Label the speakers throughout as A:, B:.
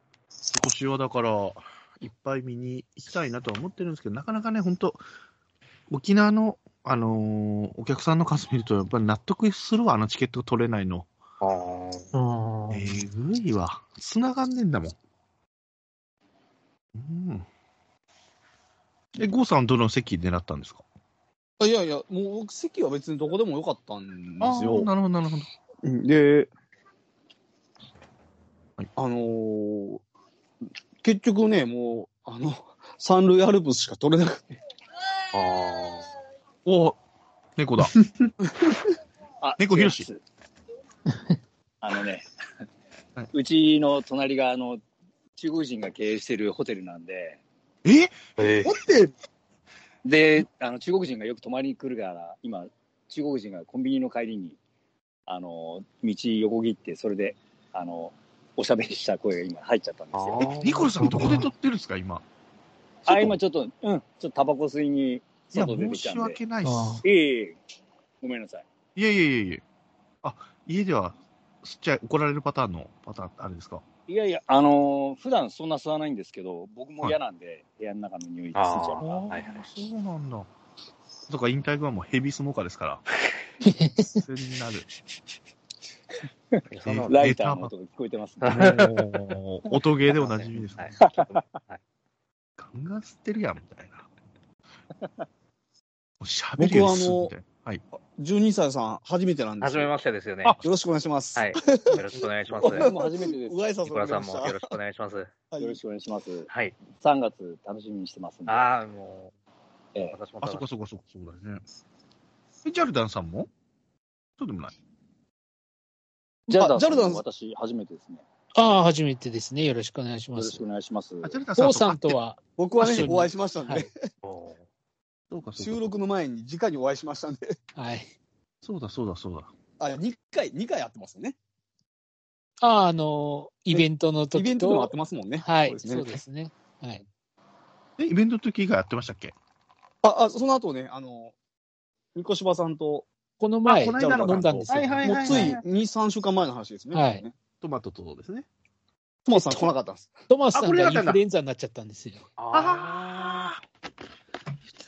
A: 今年はだから、いっぱい見に行きたいなとは思ってるんですけど、なかなかね、本当沖縄の、あのーお客さんの数見ると、やっぱり納得するわ、あのチケット取れないの。
B: あー
C: ああ
A: えぐいわ。繋がんねえんだもん。うん。え、郷さんはどの席狙ったんですか
B: あいやいや、もう僕、席は別にどこでもよかったんです
A: あー
B: よ。
A: なるほど、なるほど。
B: うんで、
A: はい
B: あのー結局ね、もう、あの、 三塁アルプスしか取れなくて。
D: あ
B: あ
A: お猫 だ。
D: あ
A: 猫ひろし
D: 違います あのね、
A: はいう
D: ちの隣があの中国人が経営してるホテルなんで、
A: え
B: え
C: ホテル
D: で、あの中国人がよく泊まりに来るから、今、中国人がコンビニの帰りに、あの道横切って、それであのおしゃべりした声が今、入っちゃったんですよ。
A: え、ニコルさんどこで撮ってるんですか、今。
D: あ今、ちょっと、うん、ちょっとタバコ吸いに
A: いや、
D: 外出
A: 申
D: てきた
A: し
D: んで、
A: 訳ないっ
C: あ
A: す。
D: いえいえ、ごめんなさい。
A: いやいやいやいや。あ、家では、吸っちゃい、怒られるパターンの、パターン、あれですか。
D: いやいや、あのー普段そんな吸わないんですけど、僕も嫌なんで、部屋の中の匂い吸っちゃう
A: あ
D: か
A: あ、
B: あ
D: ら。
B: はいはい
A: そうなんだ。とか、引退後はもうヘビースモーカーですから。癖になる。
B: そんな
A: え
D: ライターの音が聞こえてますね。
A: もう、音ゲーでおなじみです、
B: は
A: ね
B: い。ちょっとはい
A: ガンガン吸ってるやん、みたいな。も う喋りやすいみたいな。はい。
B: 12歳さん、初めてなんで
E: はじ
B: す
E: め
B: よ。
E: ましてですよね。
A: あ
E: は
B: よろしくお願いします。
E: い。よろしくお願いします。
D: 僕も初めてです。
B: うがいさん
E: ニコラさんもよろしくお願いします。
D: よろしくお願いします。
E: はい。
D: 3月楽しみにしてますんで。
E: ああ、もう
D: ええ、
E: 私も
A: あ、そっかそっかそっか、そうだよね。え、ジャルダンさんもそうでもない。
D: ジャルダン
B: あジャルダン
D: さんも私初めてですね。
C: ああ、初めてですね。よろしくお願いし
D: よ
C: ま
D: ろし
C: す
D: く。お願いします。
A: あ、ジャルダンさん
C: 父さんと。は、
B: 僕は
C: あそ
B: ね
C: う、
B: お会いしましたんで、
C: はい。
E: おー
A: そうか、そうか
B: 収録の前に直にお会いしましたんで、
C: はい。
A: そうだ、そうだ、そうだ。
B: あ、2回、二回会ってますよね。
C: ああ、あの、イベント
B: イ
C: の
B: ベ
C: 時
B: ントでも会っ
C: と
B: て、ますもんね。
C: はい、
B: そう
C: そう
B: ですね。
C: ですね。はい。
A: え、イベントの時以外やってましたっけ
B: あ、あ、その後ね、あの、ニコシバさんと、
C: この前、
A: あ
C: 飲
A: この間の
C: んだんですよ。
A: はいはい
B: もうつい2、3週間前の話ですね。
C: はい
B: ね。
A: トマトとですね。
B: トマスさん来なかったんです。
C: トマスさ
A: あこ
C: ん
A: れだ
C: が
A: っ
C: イ
A: たんだ
C: ンフルエンザになっちゃったんですよ。
A: ああ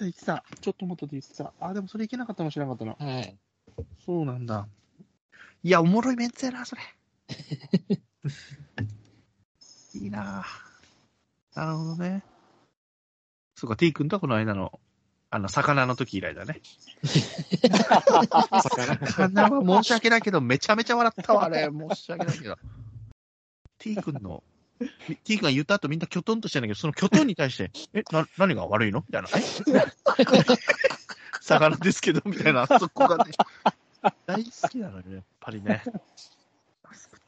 A: 言ってた、言ってた。ちょっと元で言ってた。ああ、でもそれいけなかったかもしれなかったな。
C: はい。
A: そうなんだ。いや、おもろいメンツやな、それ。 いいなぁなるほどね。そうか、T 君とはこの間の、あの、魚の時以来だね。魚は申し訳ないけど、めちゃめちゃ笑 ったわ、あれ。申し訳ないけど。T 君の、T 君が言った後みんなキョトンとしてんだけど、そのキョトンに対して、え、な、何が悪いのみたいな。え魚ですけど、みたいな、そこがね。大好きなのよね、やっぱりね。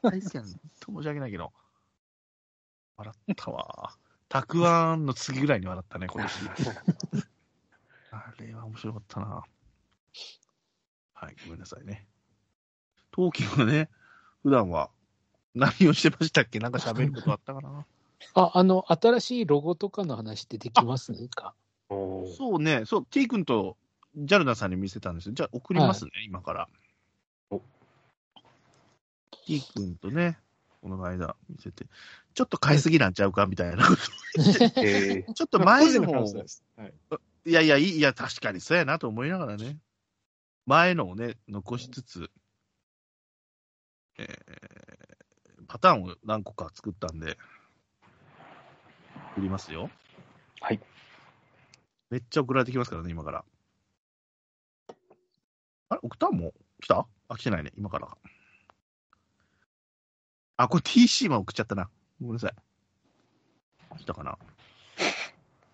A: 大好きなの。ほんと申し訳ないけど。笑ったわ。たくあんの次ぐらいに笑ったね、今年。あれは面白かったな。はい、ごめんなさいね。トーキンはね、普段は何をしてましたっけなんか喋ることあったかな
C: あ、あの、新しいロゴとかの話ってできますか
E: おー
A: そうね、そう、T 君とジャルダさんに見せたんですよ。じゃあ送りますね、今から
E: お。
A: T 君とね、この間見せて、ちょっと買いすぎなんちゃうかみたいなこと 言って。
E: えー
A: ちょっと前の
B: 個人
A: 方
B: 話
A: を
B: です。はい。
A: いやいや、いいいや、確かにそうやなと思いながらね、前のをね、残しつつ、えーパターンを何個か作ったんで、送りますよ。
E: はい。
A: めっちゃ送られてきますからね、今から。あれ、送ったんもう来たあ、来てないね、今から。あ、これ TC も送っちゃったな。ごめんなさい。来たかな。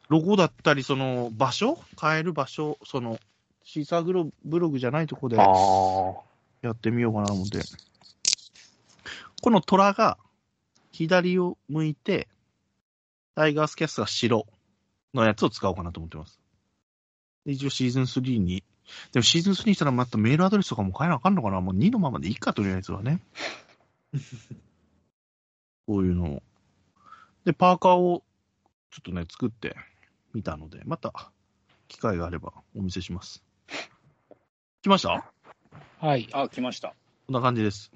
A: ロゴだったり、その場所変える場所、その、シーサーグロブログじゃないとこで
E: あー
A: やってみようかなと思って。この虎が左を向いて、タイガースキャスが白のやつを使おうかなと思ってます。で一応シーズン3に、でもシーズン3にしたらまたメールアドレスとかも変えなあかんのかなもう2のままでいいか、とりあえずはね。 こういうのを。で、パーカーをちょっとね、作ってみたので、また機会があればお見せします。来ました
C: はい。
D: あ、来ました。
A: こんな感じです。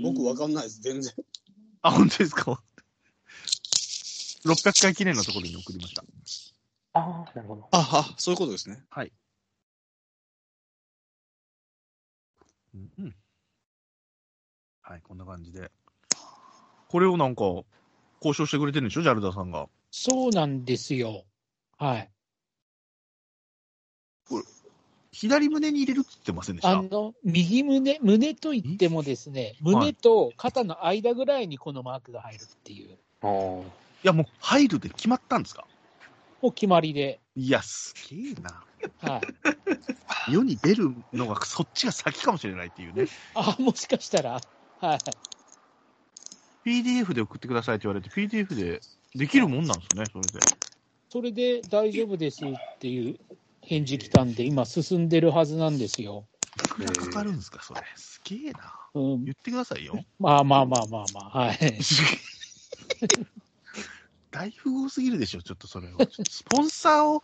B: 僕わかんないです、全然。
A: あ、本当ですか600回記念のところに送りました。
E: ああ、なるほど。
B: ああ、そういうことで すね。
A: うんうん。はい、こんな感じで。これをなんか、交渉してくれてるんでしょジャルダさんが。
C: そうなんですよ。はい。
A: 左胸に入れるって言ってませんでし
C: あ
A: た
C: の、右胸、胸といってもですね、胸と肩の間ぐらいにこのマークが入るっていう、
E: あー
A: いや、もう入るで決まったんですか
C: もう決まりで、
A: いや、すげえな。
C: はい。
A: 世に出るのが、そっちが先かもしれないっていうね。
C: あ、もしかしたら、はい。
A: PDF で送ってくださいって言われて、PDF でできるもんなんですね、それで。
C: それで大丈夫ですっていう返事来たんで、今進んでるはずなんですよ。
A: いくらかかるんですか、それ。すげえな。
C: うん、
A: 言ってくださいよ。
C: まあまあまあまあまあ、はい。
A: 大富豪すぎるでしょ、ちょっとそれは。ちょっとスポンサーを、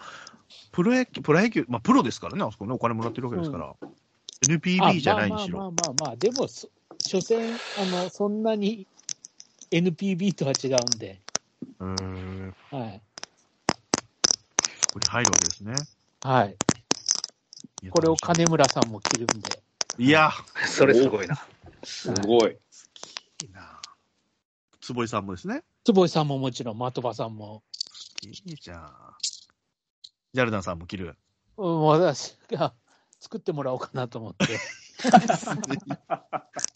A: プロ野球、プロ野球、まあプロですからね、あそこね、お金もらってるわけですから。
C: あ
A: NPB じゃないにし
C: ま
A: ろ。
C: あまあまあまあまあ、でもそ、所詮、あの、そんなに NPB とは違うんで、
A: うーん、
C: はい。
A: ここに入るわけですね。
C: はい。
A: いや
C: これを。
A: 楽し
C: 金村さんも着るんで。
A: みいや、
E: それすごいな。
D: すごい。
A: いいな。坪井さんもですね。
C: 坪井さんももちろん、的場さんも。
A: いいじゃん。ジャルダンさんも着る。
C: うん、私が作ってもらおうかな と思って。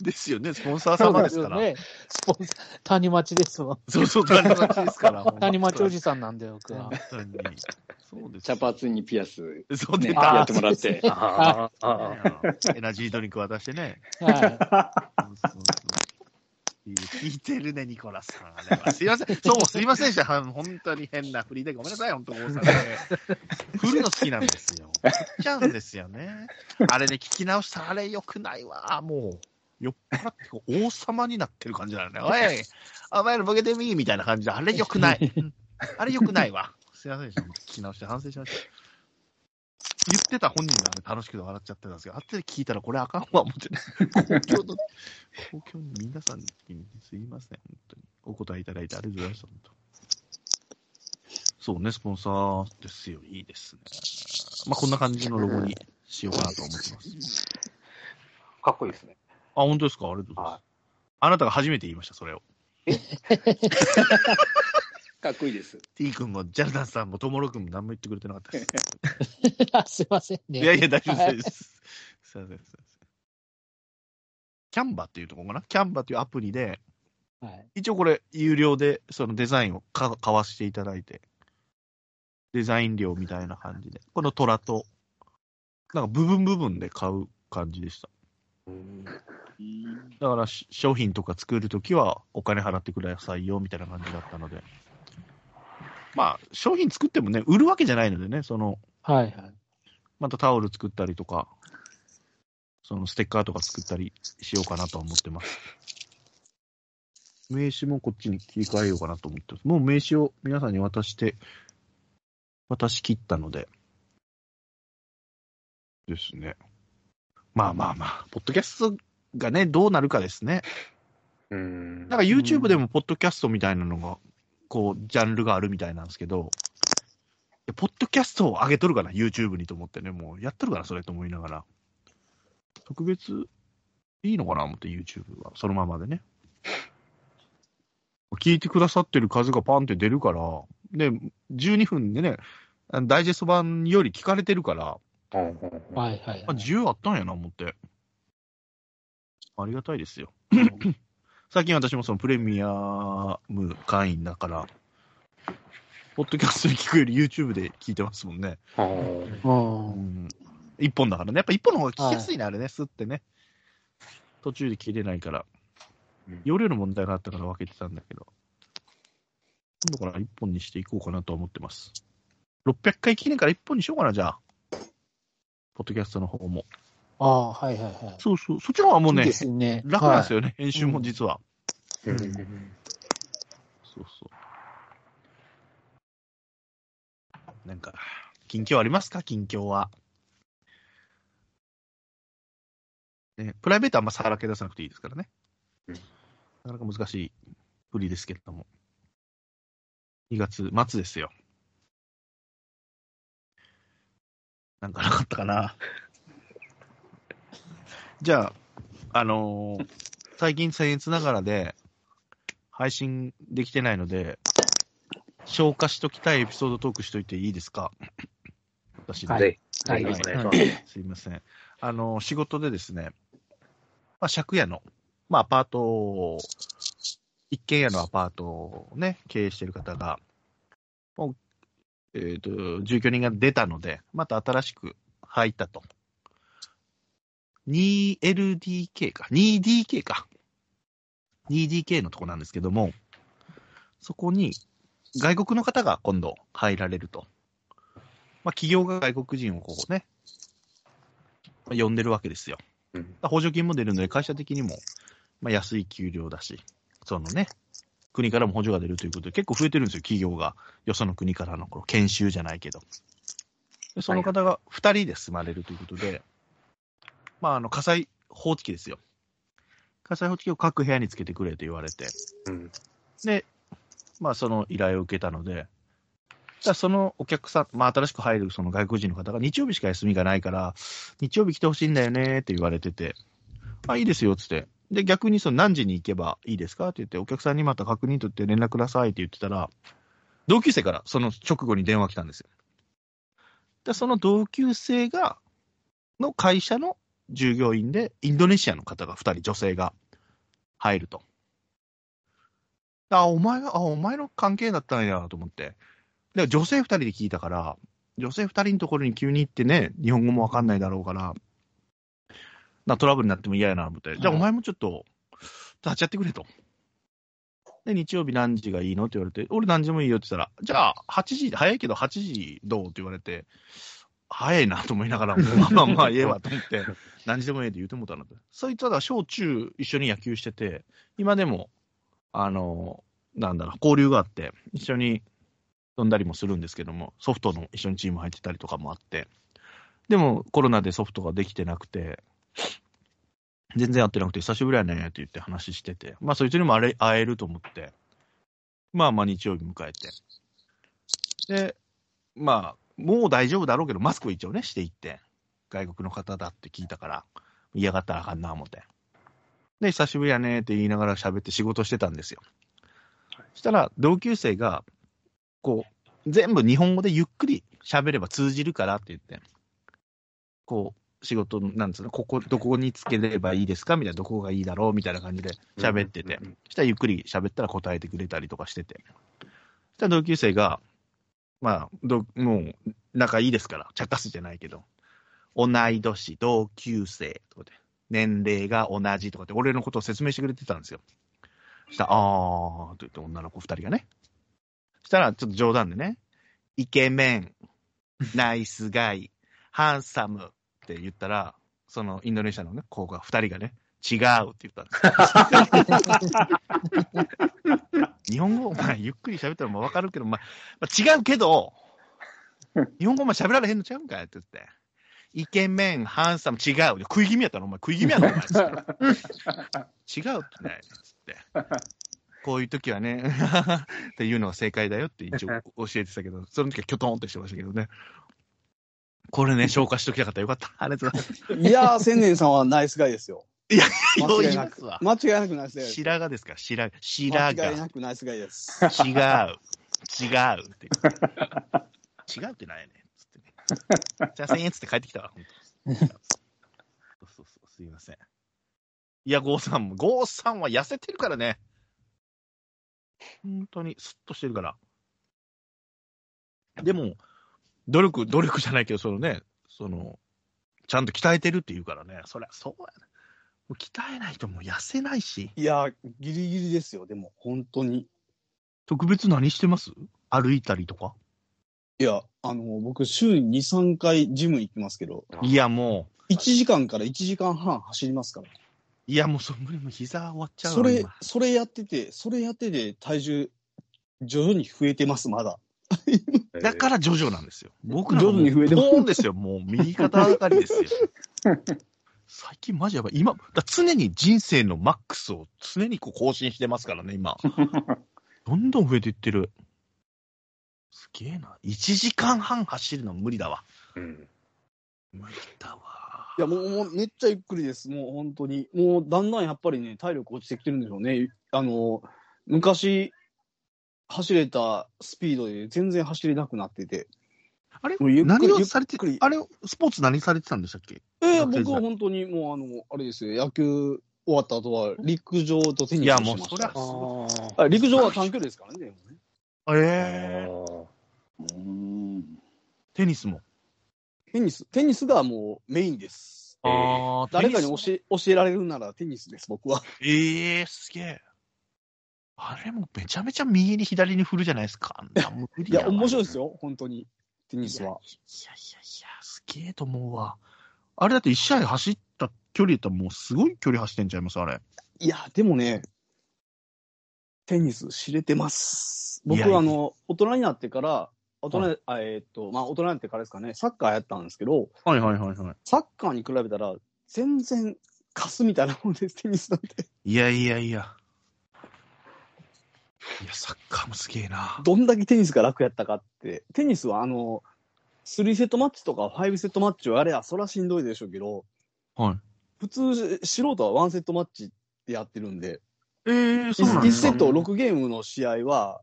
A: ですよね、スポンサー様です から。
C: ね。スポンサー谷町ですわ。
A: そうそう、谷町ですから。
C: 谷町おじ
A: さ
C: さんなんだよ、僕は。
A: そうです
D: 茶髪にピアス、
A: そう
D: ね、
A: 出
C: あー
D: や
A: た
D: ってもらって。
E: あーあー、
A: エナジードリンク渡してね。
C: は
A: そうそうそういい聞いてるね、ニコラさんあれは。すいません、そうもすいませんでした。は本当に変な振りで、ごめんなさい、本当、大阪ね。振るの好きなんですよ。振っちゃうんですよね。あれね、聞き直したら、あれ良くないわ。もう、酔っ払ってこう王様になってる感じなの ね。おい、お前らボケてみーみたいな感じで、あれ良くない。うんあれ良くないわ。すいませんでした、本当聞き直して反省しました。言ってた本人が、ね、楽しくて笑っちゃってたんですけど、後で聞いたらこれあかんわ、思 って、公共の公共の皆さんにすいません、本当に。お答えいただいてありがとうございました、本当。そうね、スポンサーですよ、いいですね。まあ、こんな感じのロゴにしようかなと思ってます。
E: かっこいいですね。
A: あ、本当ですかありがとうございま
E: は
A: す。あなたが初めて言いました、それを。
D: かっこいいです。
A: T 君も、ジャルダンさんも、トモロ君も何も言ってくれてなかったです。
C: いあすいませんね。
A: いやいや、大丈夫です。すいません、すいません。キャンバっていうとこかなキャンバっていうアプリで、
C: はい
A: 一応これ、有料で、そのデザインをか買わせていただいて、デザイン料みたいな感じで、この虎と、なんか部分部分で買う感じでした。
E: うん
A: だからし商品とか作るときはお金払ってくださいよみたいな感じだったので、まあ、商品作ってもね、売るわけじゃないのでね、その、
C: はいはい。
A: またタオル作ったりとか、そのステッカーとか作ったりしようかなとは思ってます。名刺もこっちに切り替えようかなと思ってます。もう名刺を皆さんに渡して、渡し切ったので。ですね。まあまあまあ、ポッドキャストがね、どうなるかですね。
E: うん。
A: なんか YouTube でもポッドキャストみたいなのが、こう、ジャンルがあるみたいなんですけど、いやポッドキャストを上げとるかな、YouTube にと思ってね、もうやっとるかな、それと思いながら。特別いいのかな、思って YouTube は、そのままでね。聞いてくださってる数がパンって出るから、で、12分でね、あのダイジェスト版より聞かれてるから、
E: うんうんうん
C: はいはい
A: あ、
C: はい。
A: 10あったんやな、思って。ありがたいですよ。最近私もそのプレミアム会員だから、ポッドキャストで聞くより YouTube で聞いてますもんね。
E: あー
C: うん
A: うん。一本だからね。やっぱ一本の方が聞きやすいね、あれね、スってね。途中で切れないから
E: うん。
A: 容量の問題があったから分けてたんだけど。今度から一本にしていこうかなとは思ってます。600回記念から一本にしようかな、じゃあ。ポッドキャストの方も。
C: ああ、はいはいはい。
A: そうそう。そっちの方はもう
C: いい
A: ね
C: で、すね。
A: 楽なんです
C: よ。
A: よね、編集も実は。
E: うん
A: そうそう。なんか、近況ありますか近況は。ね、プライベートはあんまさらけ出さなくていいですからね。
E: うん
A: なかなか難しい振りですけれども。 2月末ですよ。なんかなかったかな。 じゃあ、あのー最近僭越ながらで、配信できてないので、消化しときたいエピソードトークしといていいですか私の
C: はい
E: ぜひ。
C: はい
E: ぜひお願いします。
A: すいません。あの、仕事でですね、まあ、借家の、まあ、アパートを、一軒家のアパートをね、経営している方が、もう、えっ、と、住居人が出たので、また新しく入ったと。2LDK か、2DK か。2DK のとこなんですけども、そこに外国の方が今度入られると。まあ、企業が外国人をこうね、まあ呼んでるわけですよ。
E: うん
A: 補助金も出るので、会社的にも、まあ、安い給料だし、そのね、国からも補助が出るということで、結構増えてるんですよ、企業が。よその国からのこの研修じゃないけど。でその方が2人で住まれるということで、まあ、あの火災報知器ですよ。火災報知器を各部屋につけてくれと言われて、
E: うん
A: で、まあ、その依頼を受けたので、じゃあそのお客さん、まあ、新しく入るその外国人の方が日曜日しか休みがないから、日曜日来てほしいんだよねって言われてて、あ、いいですよっつって。で、逆にその何時に行けばいいですかって言って、お客さんにまた確認取って連絡くださいって言ってたら、同級生からその直後に電話来たんですよ。で、その同級生が、の会社の従業員で、インドネシアの方が2人、女性が入ると。あ、お前が、あ、お前の関係だったんやと思って。で、女性二人で聞いたから、女性二人のところに急に行ってね、日本語もわかんないだろうから、なトラブルになっても嫌やなと思って、じゃあ
C: は
A: お
C: い
A: 前もちょっと、立ち会ってくれと。で、日曜日何時がいいのって言われて、俺何時でもいいよって言ったら、じゃあ8時、早いけど8時どうって言われて、早いなと思いながら、まあまあまあええわと思って、何時でもええって言うてもうたなと。そいつはだから小中一緒に野球してて、今でも、あの、なんだろう、交流があって、一緒に飛んだりもするんですけども、ソフトの一緒にチーム入ってたりとかもあって、でもコロナでソフトができてなくて、全然会ってなくて、久しぶりやねって言って話してて、まあそいつにもあれ会えると思って、まあまあ日曜日迎えて。で、まあ、もう大丈夫だろうけど、マスクを一応ね、していって、外国の方だって聞いたから、嫌がったらあかんな思って。で、久しぶりやねって言いながら喋って仕事してたんですよ。そしたら、同級生が、こう、全部日本語でゆっくり喋れば通じるからって言って、こう、仕事の、なんつうの、ここ、どこにつければいいですかみたいな、どこがいいだろうみたいな感じで喋ってて
E: う、ん、
A: そしたらゆっくり喋ったら答えてくれたりとかしてて。そしたら同級生が、まあ、どもう、仲いいですから、茶化すじゃないけど、同い年、同級生とかで、年齢が同じとかって、俺のことを説明してくれてたんですよ。そしたら、あーと言って女の子二人がね。そしたら、ちょっと冗談でね、イケメン、ナイスガイ、ハンサムって言ったら、そのインドネシアのね、子が二人がね、違うって言ったんです日本語、まあ、ゆっくり喋ったらもう分かるけど、まあ、まあ違うけ ど、日本語お前喋られへんのちゃうんかいって言って。イケメン、ハンサム、違う。食い気味やったのお前、食い気味やろ、お前。 つって違うってね、つって。こういう時はね、 っていうのが正解だよって 一応教えてたけど、その時はキョトンってしてましたけどね。これね、消化しときたかった。よかった。ありがとうございます。
B: いやー、千年さんはナイスガイですよ。間違いなく。
A: くわ。
B: 間違いなくナイスガイです。
A: 白髪ですか白髪。
B: 間
A: 白
B: 違
A: 髪
B: い。なくナイスガイです。
A: 違う、違う って。違うってなんやねん。つってね。じゃあ1000円つって帰ってきたわ、本当そうそうそう、すいません。いや、郷さんも、郷さんは痩せてるからね。本当に、スッとしてるから。でも、努力、努力じゃないけど、そのね、その、ちゃんと鍛えてるって言うからね、そりゃそうやね。もう鍛えないともう痩せないし。
B: いやー、ギリギリですよ、でも、本当に。
A: 特別何してます歩いたりとか
B: いや、あの、僕、週に2、3回ジム行きますけど、
A: いや、もう、
B: 1時間から1時間半走りますから。
A: いや、もうそ無理もう膝終わっちゃうわ
B: それ
A: 今、
B: それやってて、それやってて、体重、徐々に増えてます、まだ。
A: だかららジョジョなんですよ。僕ら
B: 徐々に増えてます
A: ボーンですよ。もう右肩上がりですよ。 最近マジやばい。今、だ常に人生のマッ クスを常にこう更新してますからね、今。どんどん増えていってる。すげえな。1時間半走るの無理だわ。
E: うん。
A: 無理だわ。
B: いや、もう、もうめっちゃゆっくりです。もう本当に。もうだんだんやっぱりね、体力落ちてきてるんでしょうね。あの、昔、走れたスピードで全然走れなくなってて。
A: あれ
B: もうゆっくり
A: 何をされて
B: ゆっくり、
A: あれ、スポーツ何されてたんでしたっけ
B: ええ
A: 学生時代
B: 僕は本当にもう、あの、あれですよ、野球終わった後は陸上とテニスを
A: いやもう
B: してまし
A: そりゃ
B: た
A: あー
B: あ陸上は短距離ですからね。でもね
A: ええ
D: うん。
A: テニスも。
B: テニス、テニスがもうメインです。
E: えー
A: あ
B: 誰かに教
A: え。
B: え教えられるならテニスです、僕は。
A: ええすげえ。あれもめちゃめちゃ右に左に振るじゃないですか。あんな無理
B: いや、
A: わ
B: 面白いですよ、本当に。テニス
A: いやいや
B: は。
A: いやいや、すげえと思うわ。あれだって1試合走った距離だったらもうすごい距離走ってんちゃいます、あれ。
B: いや、でもね、テニス知れてます。
A: い
B: 僕
A: や
B: はあの、大人になってから、大人、あえーっと、まあ、大人になってからですかね、サッカーやったんですけど、
A: はいはいはいは
B: サッカーに比べたら、全然、カスみたいなもんです、テニスなんて。
A: い。いやいやいや。いや、サッカーもすげえな。
B: どんだけテニスが楽やったかって、テニスはあの、3セットマッチとか5セットマッチをやれや、そらしんどいでしょうけど、
A: はい。
B: 普通、素人は1セットマッチでやってるんで、
A: ええそうなん
B: 1
A: です
B: セ
A: か
B: ッ。ト6ゲームの試合は、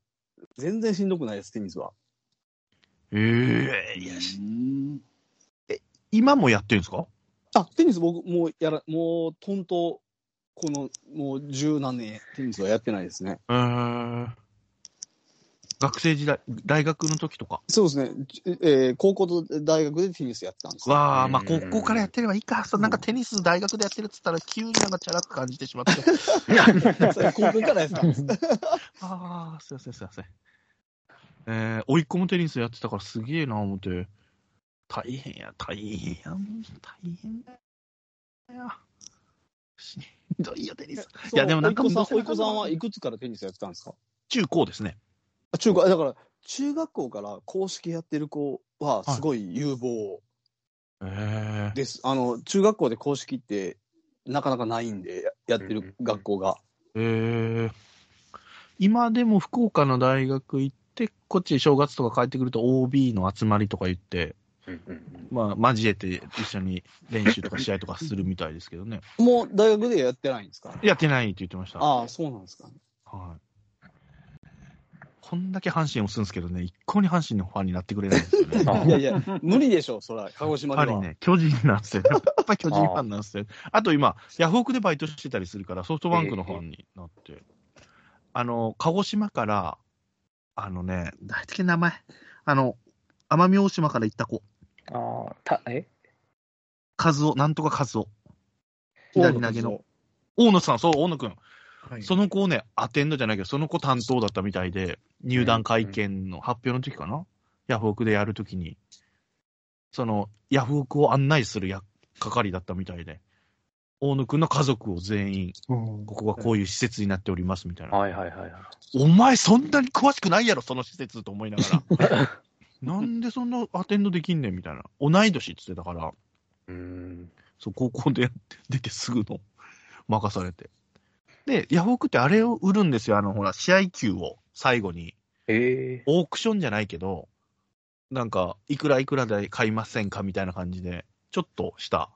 B: 全然しんどくないです、テニスは。
A: ええいや、し今もやってるんですか
B: あ、テニス僕、もうやら、もう、とんと、この、もう十何年、テニスはやってないですね。
A: ええ学生時代、大学の時とか。
B: そうですね。えー高校と大学でテニスやってたんですよ。
A: わあ、まあ、
E: う
A: こ
E: ん
A: こからやってればいいか。そうなんかテニス大学でやってるっつったら、急になんかチャラく感じてしまって。いや、
B: それ 高校からですか
A: ああ、すいません、すいません。えー、追い込むテニスやってたからすげえな、思って。大変や、大変や、もう大変だよ。しんどいよ、テニス。いやでもなんか
B: おいこさ
A: 難し
B: ん、お
A: い
B: いこさんはいくつからテニスやってたんですか
A: 中高ですね。
B: あ中学、だから、中学校から公式やってる子は、すごい有望
A: えー、
B: です。あの、中学校で公式って、なかなかないんで、ややってる学校が。
A: えー、今でも福岡の大学行って、こっち正月とか帰ってくると OB の集まりとか言って、
E: うんうん
A: まあ、交えて一緒に練習とか試合とかするみたいですけどね。
B: もう大学でやってないんですか
A: やってないって言ってました。
B: ああ、そうなんですか、
A: はい。こんだけ阪神を押すんですけどね、一向に阪神のファンになってくれないん ですよね。
E: あ
B: いやいや、無理でしょう、そら、鹿児
A: やっ
B: 島
A: ぱ
B: で
A: り
B: は。
A: ね、巨人なんですよ。やっぱり巨人ファンなんですよ。あと今、ヤフオクでバイトしてたりするから、ソフトバンクのファンになって。あの、鹿児島から、あのね、大体名前、あの、奄美大島から行った子、
E: ああ、た、え
A: カズオ、なんとかカズオ、左投げの。大野さん、そう、大野くん。
E: はい
A: その子をね、アテンドじゃないけど、その子担当だったみたいで、入団会見の発表の時かな、ヤフオクでやるときに、その、ヤフオクを案内するや係だったみたいで、大野くんの家族を全員、ここがこういう施設になっておりますみたいな。
E: はいはいはいはい。
A: お前そんなに詳しくないやろ、その施設と思いながら。 なんでそんなアテンドできんねんみたいな。同い年って言ってたから、
E: うーん。
A: そう、高校でやって出てすぐの、任されて。で、ヤフオクってあれを売るんですよ。あの、ほら、試合球を最後に、
E: ええ
A: オークションじゃないけど、なんか、いくらいくらで買いませんかみたいな感じで、ちょっとした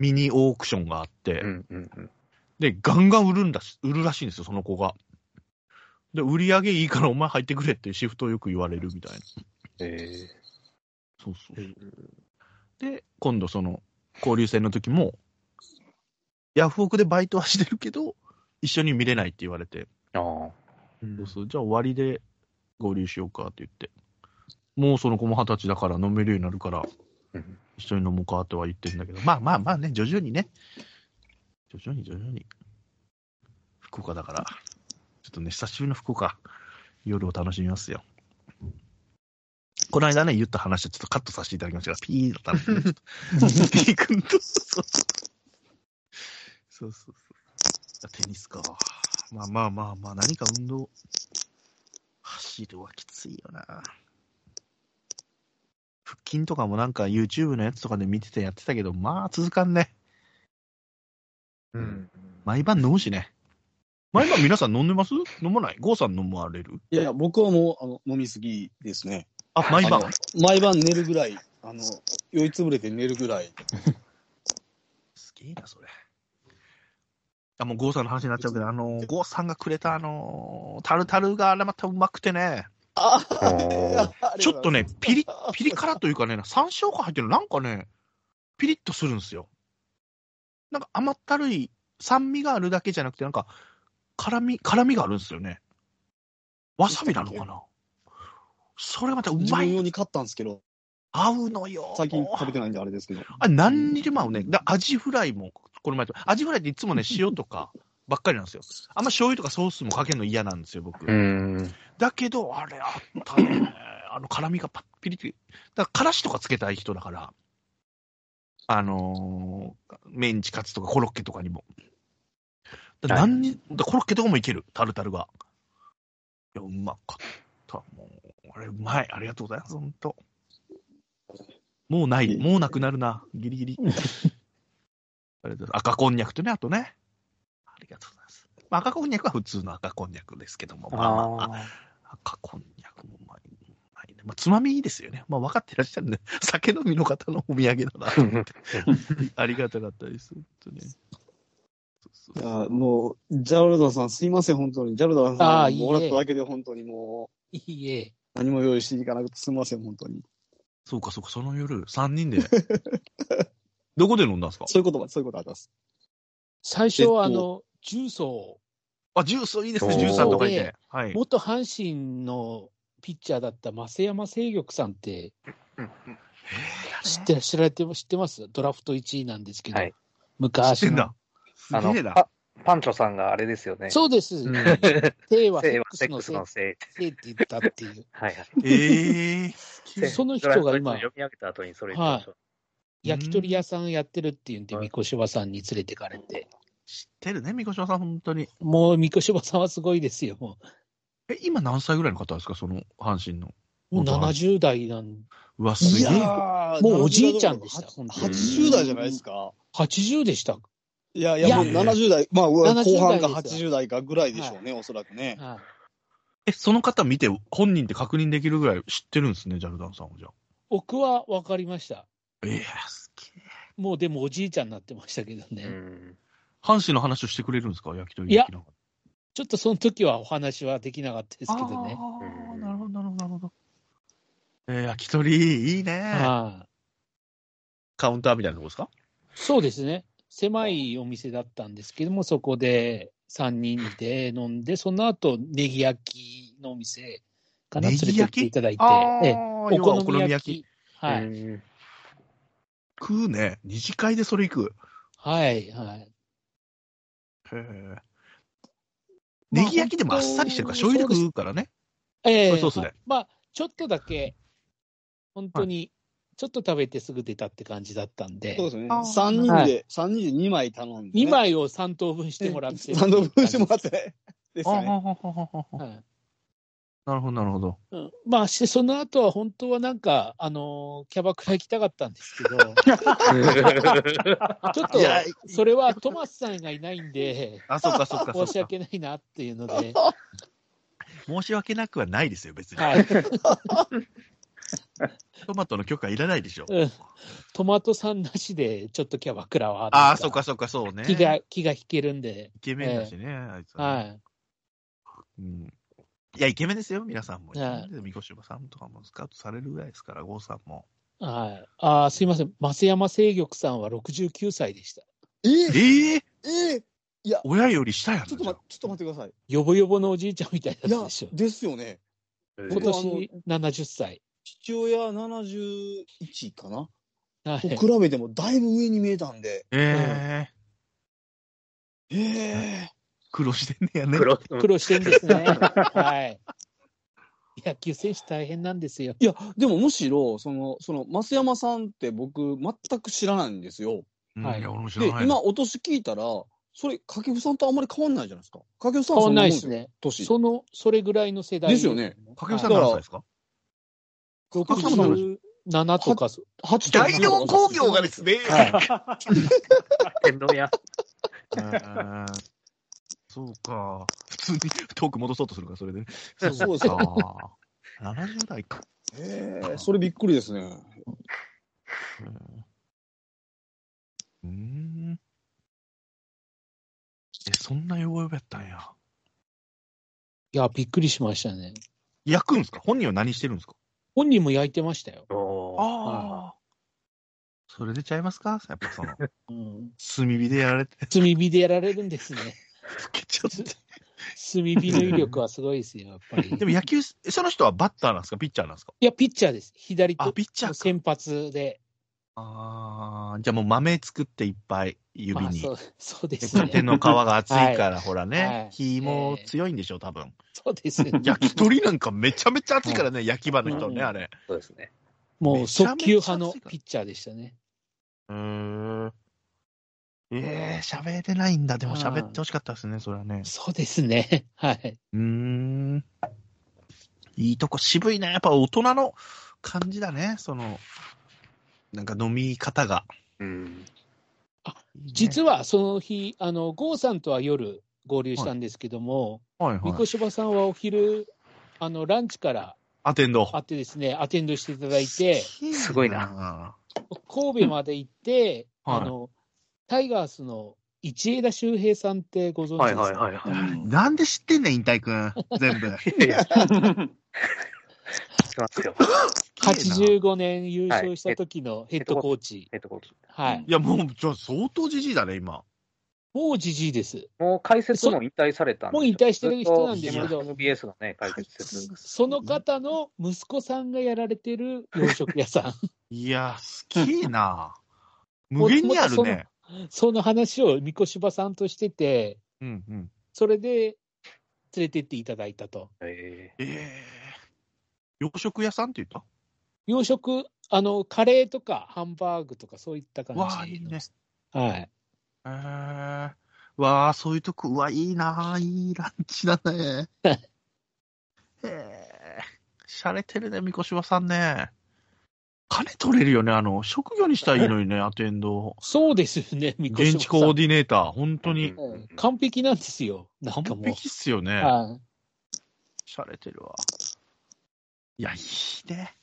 A: ミニオークションがあって、
E: うんうんうん。
A: で、ガンガン売るんだし、売るらしいんですよ、その子が。で、売り上げいいからお前入ってくれってシフトをよく言われるみたいな。
E: え
A: そうそうそう。で、今度その、交流戦の時も、ヤフオクでバイトはしてるけど、一緒に見れないって言われて、
E: えああ。
A: そうそうじゃあ終わりで合流しようかって言って、もうその子も二十歳だから飲めるようになるから
E: うん、
A: 一緒に飲もうかとは言ってるんだけど、まあまあまあね、徐々にね、徐々に徐々に、福岡だから、ちょっとね、久しぶりの福岡、夜を楽しみますよ。この間ね、言った話はちょっとカットさせていただきましたが、ピーだったんですね。ピー君と、そうそうそうそう。テニスか。まあまあまあまあ、何か運動、走るはきついよな。腹筋とかもなんか YouTube のやつとかで見ててやってたけど、まあ続かんね。
E: うん。
A: 毎晩飲むしね。毎晩皆さん飲んでます飲まない郷さん飲まれる
B: いやいや、僕はもう、あの、飲みすぎですね。
A: あ、毎晩
E: あ。
B: 毎晩寝るぐらい、あの、酔いつぶれて寝るぐらい。
A: すげえな、それ。あ、もう郷さんの話になっちゃうけど、あの、郷さんがくれたあの、タルタルがあれまたうまくてね、
B: あ
E: あー
B: あ
A: ちょっと
B: ね。
A: ね、ピリ、ピリ辛というかね、山椒が入ってるなんかね、ピリッとするんですよ。なんか甘ったるい、酸味があるだけじゃなくて、なんか、辛み、辛みがあるんですよね。わさびなのかなそれまたう
B: 自
A: ま
B: 分
A: い。
B: 用に買ったんですけど、
A: 合うのよ。
B: 最近食べてないんであれですけど。
A: あれ何にでも合うね。だアジフライも、この前と。アジフライっていつ もね、塩とかばっかりなんですよ。あんま醤油とかソースもかけるの嫌なんですよ、僕。
E: うん。
A: だけど、あれあった ね。あの辛みがパッピリって。だから、からしとかつけたい人だから。あのーメンチカツとかコロッケとかにも。だから何に、だからコロッケとかもいける、タルタルが。いや、うまかった。もう、あれうまい。ありがとうございます、ほんと。もうない、もうなくなるな。ギリギリ。ありがとうございます。赤こんにゃくとね、あとね。ありがとうございます。まあ、赤こんにゃくは普通の赤こんにゃくですけども。まあまあ
E: ああ。
A: 赤こんにゃくもうまい。うまいね。まあ、つまみいいですよね。 まあ、分かってらっしゃるんで、酒飲みの方のお土産だなと思って。ありがたかったです。本当に。そう
B: い
A: そう
B: や、もう、ジャルダさん、すいません、本当に。ジャルダ
C: あ
B: さ
C: あ
B: ん、
C: いいえ
B: もらっただけで本当にも
C: いいえ。
B: う、何も用意していかなくてすいません、本当に。
A: そうか、そうか、その夜、3人で。 どこで飲んだんですか
B: そういうことは、そういうことあります。
C: 最
B: えっ
C: 初、
B: と
C: あの、重曹、
A: あ、ジュースいいですね、
E: おー
A: 13とかいて。はい。
C: 元阪神のピッチャーだった増山清玉さんって、知って、知られて、知ってますドラフト1位なんですけど、
E: はい
A: 知っ
C: 昔
A: てん
C: の
A: だ。。す
E: あの
A: げえな。
E: パ、パンチョさんがあれですよね。
C: そうです。
E: ん
C: 性は
E: 性
C: セッ
E: は
C: ク
E: セ
C: ス
E: ッ
C: の
E: クス
C: 性
E: の性。
C: 性って言ったっていう。
E: はいはい。
A: ええ
E: 性
C: その人が今
E: 読み上げた後にそれ言ってましょう。
C: 焼き鳥屋さんやってるっていうんで、
E: うん
C: 三越場さんに連れてかれて。
A: 知ってるね、三越さん、本当に。
C: もう三越場さんはすごいですよ。も
A: え、今何歳ぐらいの方ですか、その、阪神の。
C: うもう70代なん、
A: うわ、す
B: い
A: げ
B: や
A: え。
B: ー
C: もうおじいちゃんでした
B: 70
C: 本当
E: に
B: 80代じゃないですか。
C: 80でした。
B: いやいや、もう
A: いや
B: 70代、まあ、うわ
C: 70
B: 後半が
C: 代です
B: 80代かぐらいでしょうね、おそらくね。
C: はい
A: え、その方見て、本人って確認できるぐらい知ってるんですね、ジャルダンさんをじゃあ。
C: 僕は分かりました。
A: ええすげえ。
C: もうでもおじいちゃんになってましたけどね。
E: うん。
A: 阪神の話をしてくれるんですか焼き鳥
C: いや
A: 焼きながら
C: ちょっとその時はお話はできなかったですけどね。
A: あーなるほど、なるほど、なるほど。えー、焼き鳥、いいね。
C: はい
A: カウンターみたいなとこですか
C: そうですね。狭いお店だったんですけども、そこで3人で飲んで、その後ネギ焼きのお店かな、
A: ネ
C: 連
A: ギ
C: れ
A: 焼き
C: てっていただいて、ええ
A: ー
C: お
A: 要はお
C: 好
A: 好
C: み
A: み
C: 焼
A: 焼き。
C: き。はい、
E: うん
A: 食うね。二次会でそれ行く。
C: はい、はい。
A: へえ。ネギ焼きでもあっさりしてるから、
C: ま
A: 醤
C: あ
A: 油で食うからね。
C: え
A: ソイソースで
C: まあ、ちょっとだけ、本当に、ちょっと食べてすぐ出たって感じだったんで、
B: そうですね。
A: あー
B: 3人で、
C: は
B: 三人で2枚頼んで、ね。
C: 2枚を3等分してもら って。
B: サンド分してもらって。です
A: あ
B: よ
A: あ、
B: ね。
A: ほんほんほんほんほん
C: はい
A: なるほど、なるほど。
C: うんまあ、してその後は本当はなんか、あのーキャバクラ行きたかったんですけ ど、ちょ っと
A: いや、
C: それはトマスさんがいないんで、
A: あ、そっかそっかそっ
C: 申し
A: か。
C: 訳ないなっていうので、
A: 申し訳なくはないですよ、別に。
C: はい
A: トマトの許可いらないでしょ。
C: うんトマトさんなしで、ちょっとキャバクラはなん
A: ああ、そっかそっか、そうね。
C: 気が、気が引けるんで、
A: イケメンだしね、あいつはね、
C: はい。
A: うん。いや、イケメンですよ、皆さんも。イケ
C: はい
A: メンで三越さんとかもスカウトされるぐらいですから、郷さんも。
C: はい、あーすいません、増山清玉さんは69歳でした。
A: ええ
B: えええ
A: 親より下やん。
B: ちょっと待って、ちょっと待ってください。
C: よぼよぼのおじいちゃんみたい
B: い
C: なやつでしょ
B: や、。ですよね。
C: 今
B: 僕はあの
C: 年70歳。
B: 父親71かな、
C: は
B: と
C: い、
B: 比べてもだいぶ上に見えたんで。
A: ええ
B: ええ
A: 苦労してんねやね。
E: 黒
C: 苦労してんで すね。はい。野球選手大変なんですよ。
B: いや、でもむしろ、その、その、増山さんって僕、全く知らないんですよ。
A: うん
C: はい
A: いや、俺も知
B: で、
A: らない
B: 今、
A: な。
B: お年聞いたら、それ、掛布さんとあんまり変わんないじゃないですか。掛布さん
C: 変
B: はそ
C: わん
B: んな
C: な
B: も
C: い
B: んです
C: で
B: すよ。
C: ね。
B: 年。
C: その、それぐらいの世代。
B: ですよね。
A: かけさん
B: だ
A: 何
B: から
A: 歳ですか
B: 掛布さん
A: もそ
B: も
A: う
C: 67とかそ、
B: 8とか
A: 大道工業がですね。
C: はい、
E: 天丼屋。
A: うんそうか。普通にトーク戻そうとするから、それでね。
B: そうそうです
A: か
B: よ。。
A: 70代か。
B: え えそれびっくりですね。
A: うん。うんえ、そんなよぼよぼやったんや。
C: いや、びっくりしましたね。
A: 焼くんですか本人は何してるんですか
C: 本人も焼いてましたよ。
E: おー
A: ああ。それでちゃいますかやっぱそ の、
C: うん、
A: 炭火でやられて、
C: 炭火でやられる んですね。
A: つけちゃって。
C: 炭火の威力はすごいですよ、やっぱり。
A: でも野球、その人はバッターなんですかピッチャーなんですか
C: いや、ピッチャーです。左
A: あ、
C: と
A: ピッチャーか。
C: 先発で。
A: ああ、じゃあもう豆作っていっぱい、指
C: まあ、
A: に。
C: そうそうで
A: です手
C: ね。
A: の皮が厚い から、ほら
C: は
A: ね
C: い、
A: 火も強いんでしょ、多分。
C: そうですね。
A: 焼き鳥なんかめちゃめちゃ熱いからね、焼き場の人はね、
C: うん
A: あれ。
E: そうですね。
C: もう速球派のピッチャーでしたね。
A: うーん。ええ喋れないんだ。でも喋ってほしかったですね、それはね。
C: そうですね。 はい。
A: うーん。いいとこ、渋いね。やっぱ大人の感じだね、その、なんか飲み方が。
E: うん。
C: 実
A: は、
C: はその日、あの、郷さんとは夜合流したんですけども、
A: はい
C: み
A: は
C: こ
A: い。
C: しばさんはお昼、あの、ランチから
A: アテンド。
C: 会ってですね、アテンドしていただいて、
A: す
E: ごい
A: な。
C: 神戸まで行って、
A: はい
C: あの、タイガースの一枝修平さんってご存知
E: は
C: で
E: い
C: すか、
E: はいはいは
A: なんで知ってんねん、引退くん。全部。
E: い。いやいや、知ってますよ。
C: 85年優勝した時のヘッドコーチ。
E: えっと、こう
C: はい。
A: いや、もう、じゃあ相当じじいだね、今。
C: もうじじいです。
E: もう解説も引退されたんで
C: もう引退してる人なん
A: ですけど
E: ずっと MBS のね、解説する。
C: その方の息子さんがやられてる洋食屋さ
A: いや、すげえな。無限にあるね。
C: ん。その話をみこしばさんとしてて、
A: うんうん。
C: それで連れてっていただいたと。
E: え
A: ええ洋食屋さんって言った
C: 洋食、あの、カレーとかハンバーグとかそういった感じ。
A: わあ、いいね。。
C: はい。
A: ええわあ、そういうとこ、うわ、いいな、いいランチだ ね。ええしゃれてるね、みこしばさんね。金取れるよね、あの、職業にしたらいいの にね、アテンド。
C: そうですよね、みこし
A: 現
C: ば
A: 地
C: さん。
A: コーディネーター、本当に。
E: うんうん
C: 完璧なんですよ。なん
A: 完
C: かもう。
A: 璧っすよね。
C: はい。
A: しゃれてるわ。いや、いいね。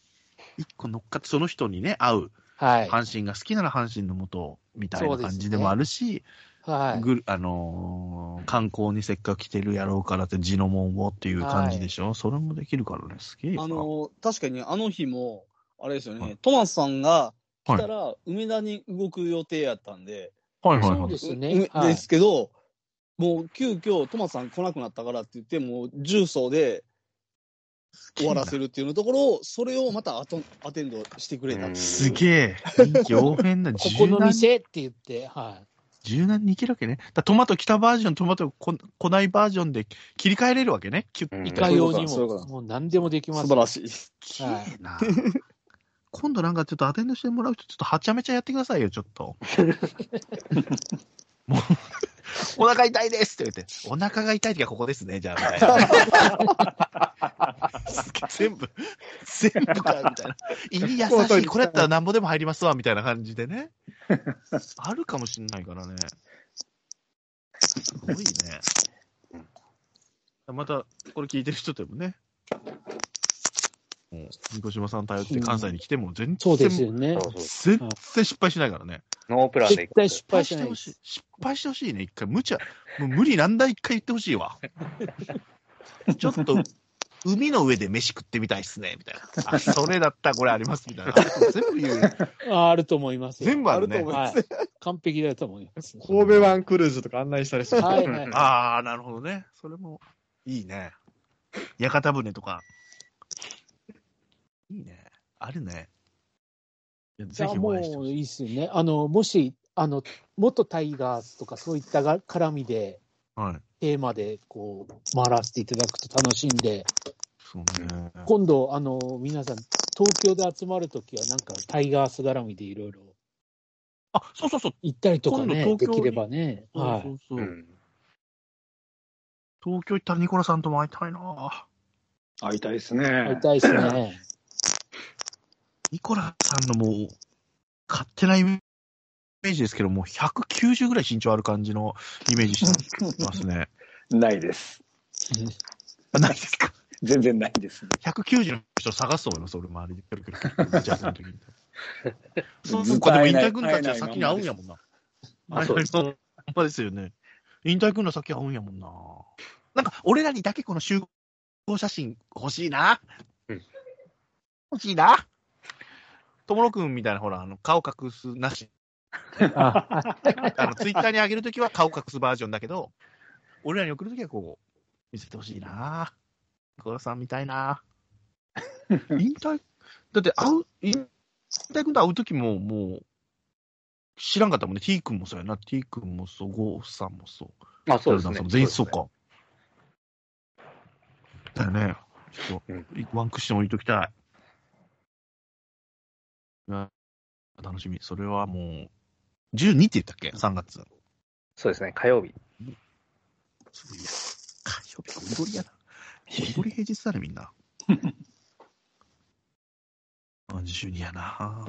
A: 一個乗っかって、その人にね、合う。
C: はい。
A: 阪神が好きなら阪神のもとみたい
C: そ
A: な
C: うですね
A: 感じでもあるし、
C: はい。
A: ぐるあのー観光にせっかく来てるやろうからって、地の門をっていう感じでしょ、それもできるからね、すげえよな
B: あの、確かにあの日も、あれですよね、
A: はい
B: トマスさんが来たら、梅田に動く予定やったんで、
A: はいはい
C: そう
A: はい
C: で。すね
B: う。
C: はい
B: ですけど、もう急遽トマスさん来なくなったからって言って、もう重曹で終わらせるっていうのところを、それをまたアトンアテンドしてくれたっていう
E: うん
A: すげえ、臨機応変 な、
C: こ
A: 柔
C: この
A: 軟に
C: 店って言って、はい。
A: 柔軟にいけるわけね。だからトマト来たバージョン、トマトこ来ないバージョンで切り替えれるわけね、キュッ
E: うん
A: 一
C: 外
A: 回。
C: 用に
B: そういうこと
C: も、
B: だ
C: もう何でもできます。
B: 素晴らしい。
A: きれいな。 今度なんかちょっとアテンドしてもらう人、ちょっとはちゃめちゃやってくださいよ、ちょっ と。もう、お腹痛いですって言って、お腹が痛い時はここですね、じゃあ、みたい な。すげえ全部、全部から、みたいな。胃に優しい、これやったらなんぼでも入りますわ、みたいな感じでね。あるかもしんないからね。すごいね。また、これ聞いてる人でもね、もう、三越島さん頼って関西に来ても全然、
C: そうですよね
E: そ。うそう。
A: 全然失敗しないからね。
E: ノープランで
C: 絶
E: 行くんで
C: 対
E: す
C: 失
E: よ。
C: 敗しないで
A: ほしい
C: す。。
A: 失敗してほしいね、一回。無茶。もう無理なんだ、一回言ってほしいわ。 ちょっと、海の上で飯食ってみたいっすね、みたいな。あ、それだったらこれあります、み たいな。全部言う。
C: ああると思いますよ。
A: 全部あるね。
B: 部
C: はい。完璧だと思います。
F: 神戸湾クルーズとか案内したりする。
C: はい はい。
A: ああ、なるほどね。それも、いいね。屋形船とか。いいね。あるね。いや
C: じ
A: ぜ
C: ゃあ
A: ひ
C: も
A: お会いしてほ
C: う
A: しい。
C: いいですよね。あの、もし、あの、元タイガースとかそういったが絡みで、
A: はい。
C: テーマでこう、回らせていただくと楽しいんで、
A: そうね。
C: 今度、あの、皆さん、東京で集まるときは、なんかタイガース絡みでいろいろ
A: あ、そうそうそう。
C: 行ったりとか
A: 今
C: ね、
A: 度東
C: で
A: 京に
C: きればね。は
A: そ
C: い。
A: うそうそううん東京行ったらニコラさんとも会いたいな。
D: 会いたいです
C: 会い
D: ね。
C: たいですね。
A: ニコラさんのもう、勝手なイメージですけど、もう190ぐらい身長ある感じのイメージしてますね。
D: ないです。
A: あ ないですか。
D: 全然ないです。
A: 190の人探すと思います、俺周りで。くるくるくるジャズの時に。そう
D: ずっ
A: か、
D: と
A: でも
D: 会え
A: 引
D: ない
A: 退君たちは先に会うんやもんな。
E: あそうです
A: 会えないまんまですよね。引退君ら先会うんやもんな。なんか、俺らにだけこの集合写真欲しいな。
E: うん
A: 欲しいな。友野君みたいな、ほら、あの顔隠すなし。 あのツイッターに上げるときは顔隠すバージョンだけど、俺らに送るときはこう、見せてほしいな。小田さんみたいな。引退、だって会う、引退君と会うときも、もう、知らんかったもんね。T 君もそうやな。T 君もそう、ゴーさんもそう。
E: まあそうです
A: ダル
E: ね
A: さんも。全員そうか。だよね。ちょっと、
E: うん
A: ワンクッション置いときたい。いや楽しみ。それはもう、12って言ったっけ ?3 月。
E: そうですね。火曜日。
A: そういや、火曜日か踊りやな。踊り平日だね、みん な。あ12やな。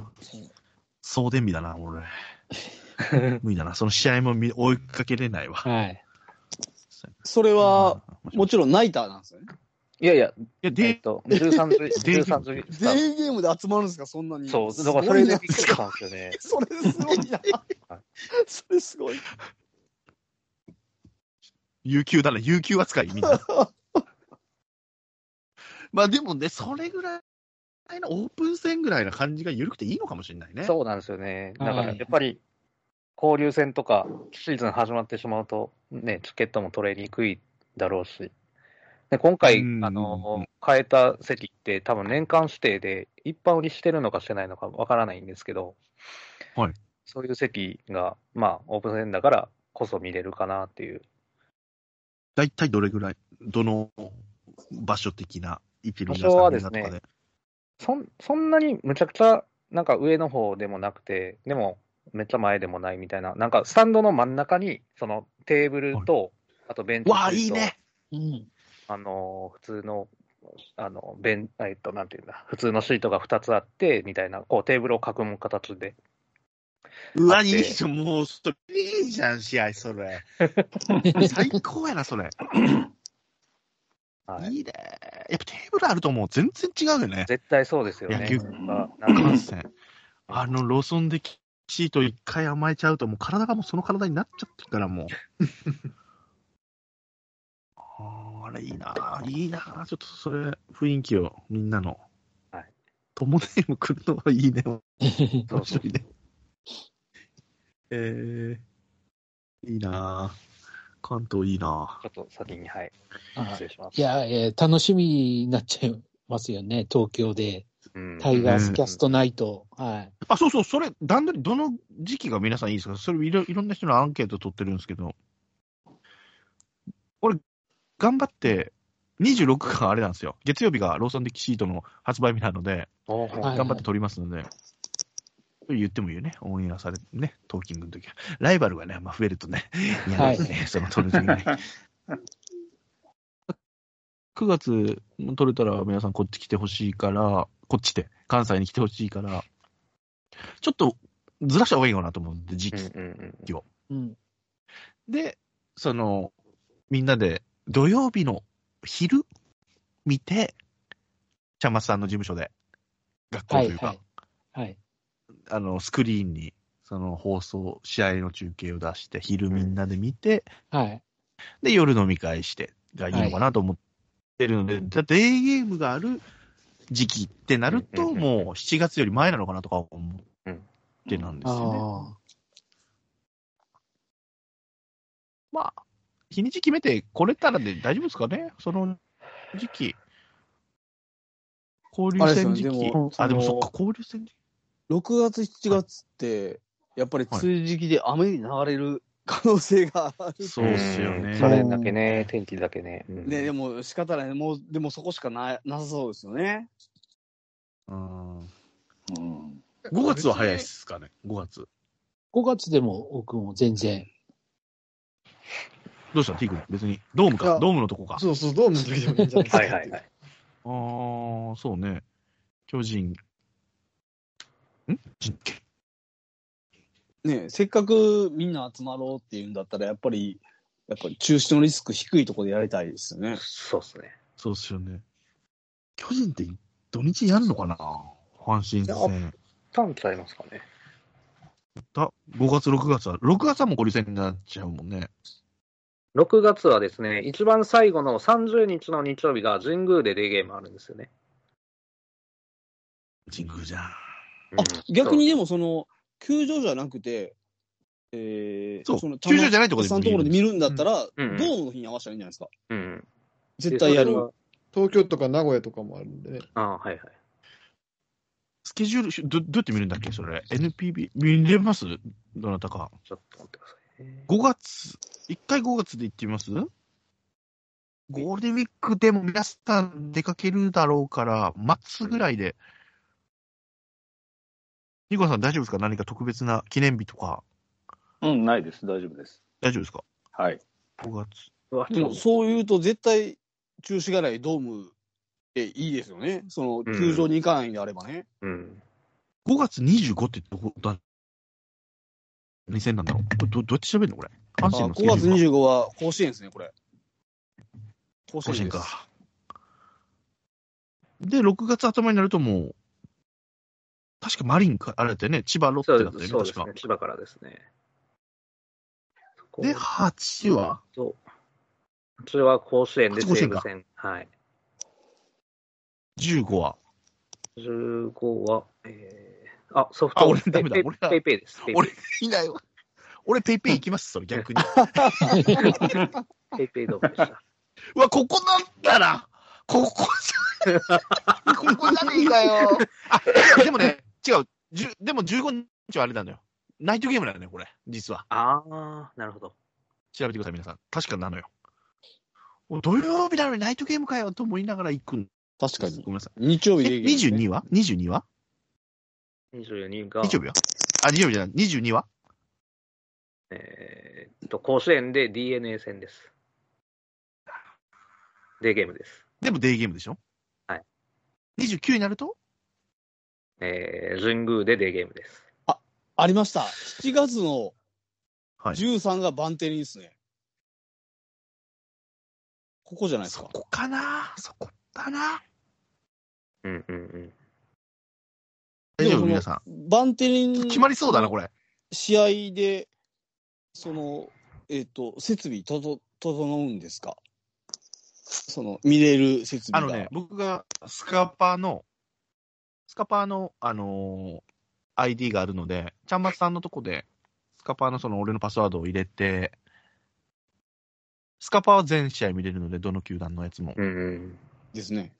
A: 送電日だな、 俺。無理だな。その試合も見追いかけれないわ。
C: はい。
B: それは、
A: うん、
B: もちろんナイターなんですよね。
E: いやいや、
A: いや、
E: え
A: で
E: っ、と、13時、
A: デイ
E: 13時スター
B: 全員ゲームで集まるんですか、そんな
E: ト。
B: に。
E: そう、だからそれでび
B: で
E: っ。くりしたんですよね。
B: それすごいな。それすごい。
A: 有給だね。有給扱い、みん な。まあでもね、それぐらいのオープン戦ぐらいな感じが緩くていいのかもしれないね。
E: そうなんですよね。だから
C: は
E: や
C: い
E: っぱり、交流戦とか、シーズン始まってしまうと、ね、チケットも取れにくいだろうし、で今回、
A: うん
E: あの、変えた席って、多分年間指定で、一般売りしてるのかしてないのかわからないんですけど、
A: はい
E: そういう席が、まあ、オープン戦だからこそ見れるかなっていう。
A: 大体どれぐらい、どの場所的な位置の皆
E: 場所
A: さ
E: は
A: ん
E: で
A: みん
E: す
A: な
E: ね
A: とかで。
E: そんそんなにむちゃくちゃ、なんか上の方でもなくて、でもめっちゃ前でもないみたいな、なんかスタンドの真ん中に、そのテーブルと、あとベンチ
A: わあ、
E: と
A: いいね。
C: うん。
E: あのー普通の、あのベンえっと、なんていうんだ、普通のシートが2つあって、みたいな、こうテーブルを囲む形で、
A: う
E: あ
A: わ、
E: っ
A: い
E: て
A: いじゃん。もう、それ、いいじゃん、試合、そ れ。最高やな、それ。
E: はい、
A: いいね。やっぱテーブルあるともう全然違うよね。
E: 絶対そうですよね。
A: 野球
E: なんかなんか
A: 観戦。あの、ローソンできシート一回甘えちゃうと、もう体がもうその体になっちゃってるから、もう。 あーあれ、いいな。いいな。ちょっとそれ、雰囲気を、みんなの。
E: はい。
A: 友ネーム来るのはいい ね。
E: そうそう
A: ね。えー、いいなぁ。関東いいな
E: ちょっと先に、はい、
C: あ
E: 失礼します。
C: いや、えー楽しみになっちゃいますよね、東京で。
E: うん
C: タイガースキャストナイト。はい。
A: ぁ。あ、そうそう、それ、段取り、どの時期が皆さんいいですかそれいろ、いろんな人のアンケート取ってるんですけど、俺、頑張って、26があれなんですよ。月曜日がローソンデキシートの発売日なので、
E: おー
C: はい
A: 頑張って取りますので、言ってもいいよね。オンエアされね、トーキングの時は。ライバルがね、あんま増えるとね、嫌なんですね、その取る時にね。9月も取れたら皆さんこっち来てほしいから、こっちで、関西に来てほしいから、ちょっとずらした方がいいかなと思うんで、時
E: うん
A: 期。
E: うんうん
C: うん。
A: で、その、みんなで土曜日の昼見て、ちゃまさんの事務所で、学校
C: は
A: と
C: い、
A: いうか、
C: はい。はい。
A: あの、スクリーンに、その放送、試合の中継を出して、昼みんなで見て、
C: はい。
A: で、夜飲み会してがいいのかなと思ってるので、だってデーゲームがある時期ってなる
E: うん
A: と、
E: うんうん
A: もう7月より前なのかなとか思ってなんですよね。
C: あ
A: まあ、日にち決めてこれたらで大丈夫ですかねその時期。交流戦時
B: あれです
A: 期
B: よねでも。
A: あ、でも
B: そ
A: そっ
B: の
A: か、交流戦時期。
B: 6月、7月って、やっぱり梅雨時期で雨に流れる可能性がある。
A: そうっすよね
E: んそれだけね、天気だけね。うん
B: ね、でも仕方ない。もう、でもそこしかななさそうですよね。
A: うん。
D: うん
A: 5月は早いっすかね、5月。
C: あ。5月でも、奥も 全然。
A: どうしたの ?T 君、別に。ドーム
F: い
A: か、
F: や
A: ドームのとこか。
F: そうそう、ドームの時でもいいんじゃないですか。
E: はいはいはい。
A: ああ、そうね。巨人。ん人権
B: ね、せっかくみんな集まろうっていうんだったら、やっぱり、やっぱり中止のリスク低いところでやりたいですよね。
E: そうっすね。
A: そうっすよね。巨人って土日やるのかな阪神戦。
E: タンちゃいますかね。
A: だ5月、6月は、6月はもうリ戦になっちゃうもんね。
E: 6月はですね、一番最後の30日の日曜日が神宮でデーゲームあるんですよね。
A: 神宮じゃん。
B: あ逆にでもその、球場じゃなくて、えー、
A: そう
B: の、
A: 球場じゃないとこ
B: 田中
A: で
B: さん
A: も
B: のところで見るんだったら、
E: うんうん
B: ドームの日に合わせたらいいんじゃないですか。
E: うん、うん。
B: 絶対や
E: でそ
B: る。
E: れは
F: 東京とか名古屋とかもあるんでね。
E: ああ、はいはい。
A: スケジュール、どどうやって見るんだっけそれ。NPB、見れますどなたか。
E: ちょっと待ってくださいね。
A: 5月、一回5月で行ってみますゴールデンウィークでも皆さん出かけるだろうから、末ぐらいで。ニコさん大丈夫ですか何か特別な記念日とか。
D: うん、ないです。大丈夫です。
A: 大丈夫ですか
D: はい。
A: ?5 月。
E: うわ、
B: でもそう言うと絶対中止がないドームでいいですよね。その球場に行かないんであればね。
E: うん。
A: 5月25ってどこだ2000なんだろうこれどどうやって喋るのこれ。阪神
B: あ
A: の
B: 5月
A: 25
B: 25は甲子園ですね、これ。甲
A: 更新
B: です
A: か。で、6月頭になるともう、確かマリンか、あれだったよね。千葉ロッ
E: そ
A: テだった
E: う
A: よね、
E: そう
A: 確
E: です
A: か
E: ね。。千葉からですね。そこ
A: で、8は、
E: そう。それは甲子園で
A: 甲子
E: 西
A: 園か
E: 武戦。はい。
A: 15は。
E: 15は、えー、あ、ソフ
A: あ
E: ト
A: 俺ダメだ
E: ペ
A: 俺だ
E: ペイペイです。ペイペイ
A: 俺いないわ。俺、ペイペイ行きます、それ逆 に。
E: ペイペイドームでした。
A: うわ、ここだったら、ここじゃ、ここじゃねえかよ。あ、でもね、違う。じゅでも15日はあれなのよ。ナイトゲームなのよ、これ。実は。
E: ああ、なるほど。
A: 調べてください、皆さん。確かなのよ。お土曜日なのにナイトゲームかよと思いながら行くんで
B: 確か
A: す
B: に。
A: ごめんなさい。
B: 日曜
A: え
B: 日でいいですね、
A: 22は ?22 は
E: 24が、
A: 日曜日はあ、日曜日じゃない。22は
E: えーっと、甲子園で DNA 戦です。デーゲームです。
A: でもデイゲームでしょ
E: はい。
A: 29になると
E: えー、神宮でデーゲームです。
B: ありました。7月の
A: はい
B: 13がバンテリンですね。ここじゃないです
A: そ
B: か。
A: こかなそこだな。
E: うんうんうん。
A: 大丈
B: でもそ
A: 夫、
B: の
A: 皆さん。
B: バンテリン
A: 決まりそうだな、これ。
B: 試合で、その、えっ、と、設備とと、整うんですかその、見れる設
A: あ
B: 備
A: の
B: が。
A: ね、僕がスカパーの、スカパーの、あのー ID があるので、ちゃんまつさんのとこで、スカパーのその俺のパスワードを入れて、スカパーは全試合見れるので、どの球団のやつも。
E: うんうん。
B: ですね。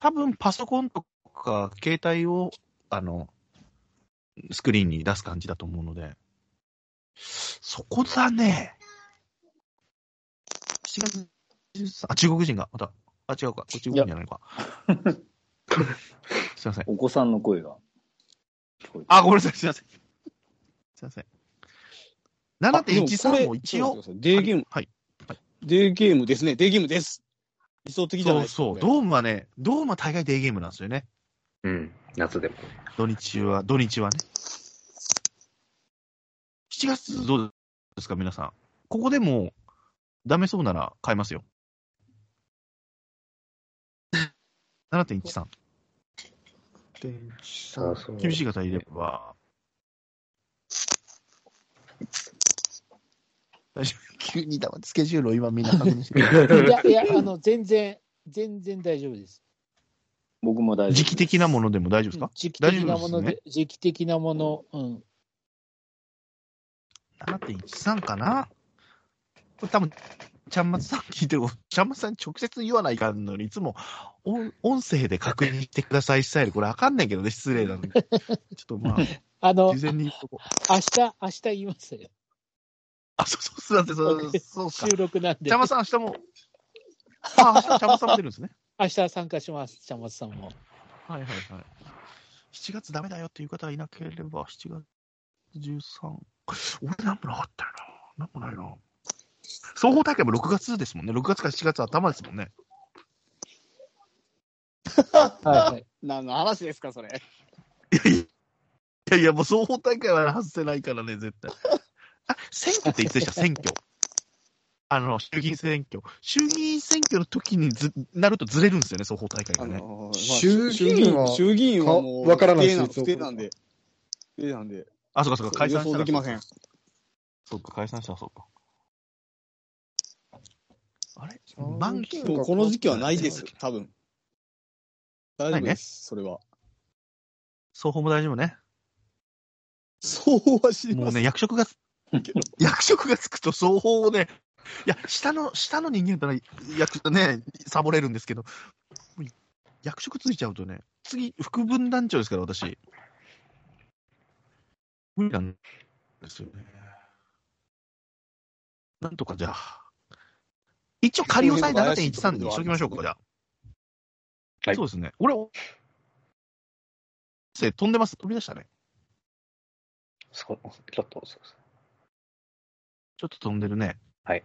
A: 多分パソコンとか携帯を、あの、スクリーンに出す感じだと思うので、そこだね。7月13あ、中国人が、また、あ、違うか、これ中国人じゃないか。 すいません。
D: お子さんの声が聞こえて
A: あ、ごめんなさい、すいません。すいません。
B: あで
A: 7.13
B: もこ
A: も
B: れ
A: 一応。
B: ちょっと待ってくださいデーゲーム、
A: はい。
B: デーゲームですね。デーゲームです。理想的じゃない
A: そう
B: ですか。
A: そう。ド
B: これ
A: ームはね、ドームは大概デーゲームなんですよね。
E: うん。夏でも。
A: 土日は、土日はね。7月どうですか、皆さん。ここでも、ダメそうなら買いますよ。7.13。
E: あそう
A: 厳しい方いれば。大丈夫。急にだわ。スケジュールを今みんな確認してる
C: いやいや、あの、全然、全然大丈夫です。
D: 僕も大丈夫。
A: 時期的なものでも大丈夫ですか
C: 時期的なもの
A: 大丈夫で
C: で、時期的なもの、うん。
A: 7.13かなこれ多分、ちゃんまつさん聞いてる、 ちゃんまつさんに直接言わないかんのに、いつも音音声で確認してくださいスタイル、これあかんねんけどね、失礼な のに。ちょっとまあ、
C: あの、
A: 事前に言っとこう。
C: 明日、明日言いますよ。
A: あ、そうそう、すいません、 そう、そうか。
C: 収録なんで。
A: ちゃんまさん、明日も、あ、明 日ちゃんまさんも出るんですね。
C: 明日参加します、ちゃんまつさんも。
A: はいはいはい。7月ダメだよっていう方がいなければ、7月13。俺なんもなかったよな。なんもないな。総合大会も6月ですもんね。6月から7月頭ですもんね。
C: はい、はい。
B: 何の話ですか、それ。
A: いやいや、もう 総合大会は外せないからね、絶対。あ、選挙っていつでした選挙。あの、衆議院選挙。衆議院選挙の時にずなるとずれるんですよね、双方大会
B: あ
A: がね。
B: のまあ
F: 衆議院は
B: 衆議院はもう、
F: かわからない
B: 不定な
F: 施設を
B: 不定なんで。不定なんで。
A: あ、そうかそうか、解散した
B: 予想
A: ら
B: できません。
A: そうか、解散したらそうか。あれ
F: うん
A: 満期
B: もうこの時期はないです、多分。大丈夫
A: ない
B: で
A: ね
B: す、それは。
A: 双方も大丈夫ね。
B: そうは知り
A: も
B: ま
A: う
B: せ
A: ね、
B: ん
A: 役職が、
B: けど。
A: 役職がつくと双方をね、いや、下の、下の人間だったら、役、ね、サボれるんですけど、役職ついちゃうとね、次、副分団長ですから、私。無理なんですよね。なんとかじゃあ。一応仮押さえ7.13にしときましょうか、じゃあ。
E: はい
A: そうですね。俺、せ飛んでます。飛び出したね。
E: そう、ちょっと、そうです
A: ちょっと飛んでるね。
E: はい。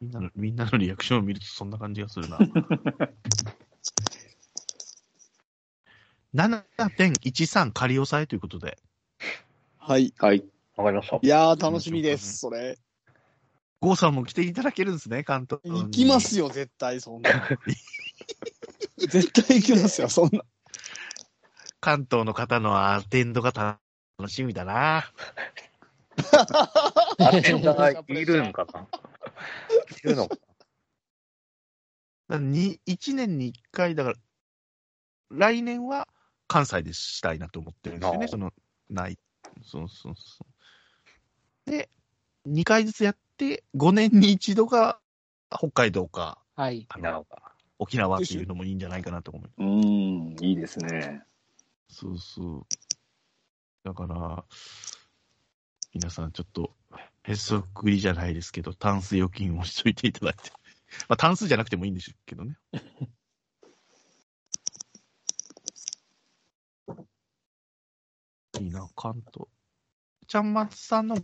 A: みんなの、みんなのリアクションを見るとそんな感じがする な。7.13仮押さえということで。
B: はい。
D: はい。
E: わかりました
B: い。やー、楽しみです、それ。
A: 郷さんも来ていただけるんですね、関東に。
B: 行きますよ、絶対、そ んな。絶対行きますよ、そんな。
A: 関東の方のアテンドが楽しみだな。
E: アテンダーいるんかないるのか
A: に1年に1回、だから、来年は関西でしたいなと思ってるんですよ
E: な
A: ね、
E: あ
A: その、ない。そうそうそう。で、2回ずつやって、5年に一度が北海道か、
C: はい。
A: あ
E: な
A: の
E: のか。
A: 沖縄っていうのもいいんじゃないかなと思う。
D: うーん、いいですね。
A: そうそう。だから、皆さんちょっと、へそくりじゃないですけど、タンス預金をしといていただいて。 まあ、タンスじゃなくてもいいんでしょうけどね。いいな、関東。ちゃんまつさんの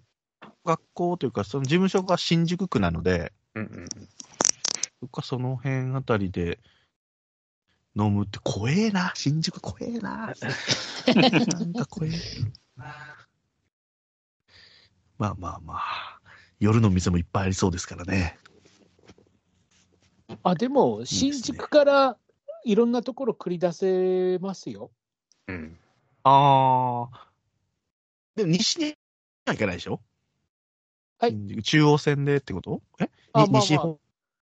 A: 学校というか、その事務所が新宿区なので、
E: うんうん。
A: そっかその辺あたりで飲むって怖えな、新宿怖えな。なんか怖えな。まあまあまあ、夜の店もいっぱいありそうですからね。
C: あ、でも、新宿からいろんなところ繰り出せますよ。
E: うん。
A: ああ。でも西には行かないでしょ
C: はい
A: 新宿中央線でってことえに
C: あ、まあ
A: 西
C: ま
A: 方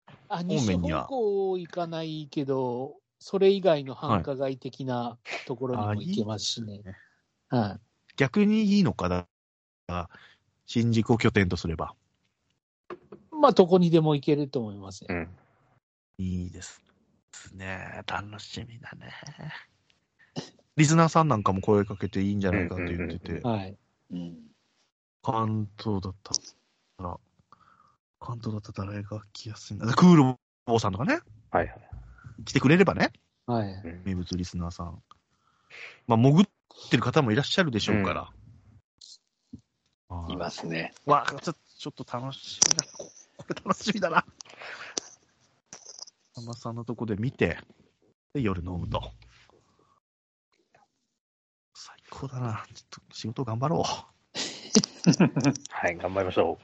C: あ、あ
A: 方
C: 西
A: 面には
C: 方向行かないけど、それ以外の繁華街的なところにも行けますしね。はい。
A: 逆にいいのかな新宿を拠点とすれば。
C: まあ、どこにでも行けると思います
E: う
C: ね。
E: ん。
A: いいですね。楽しみだね。リスナーさんなんかも声かけていいんじゃないかって言ってて、
C: はい。
D: うん。
A: 関東だったら、関東だったら誰が来やすいな。クールボーさんとかね、
E: はいはい。
A: 来てくれればね、
C: はい。
A: 名物リスナーさん。まあ、潜ってる方もいらっしゃるでしょうから。あー
D: いますね。
A: わあちょ、ちょっと楽しみだ。ここれ楽しみだな。さんまさんのとこで見て、で、夜飲むと。最高だな。ちょっと仕事頑張ろう。
E: はい、頑張りましょ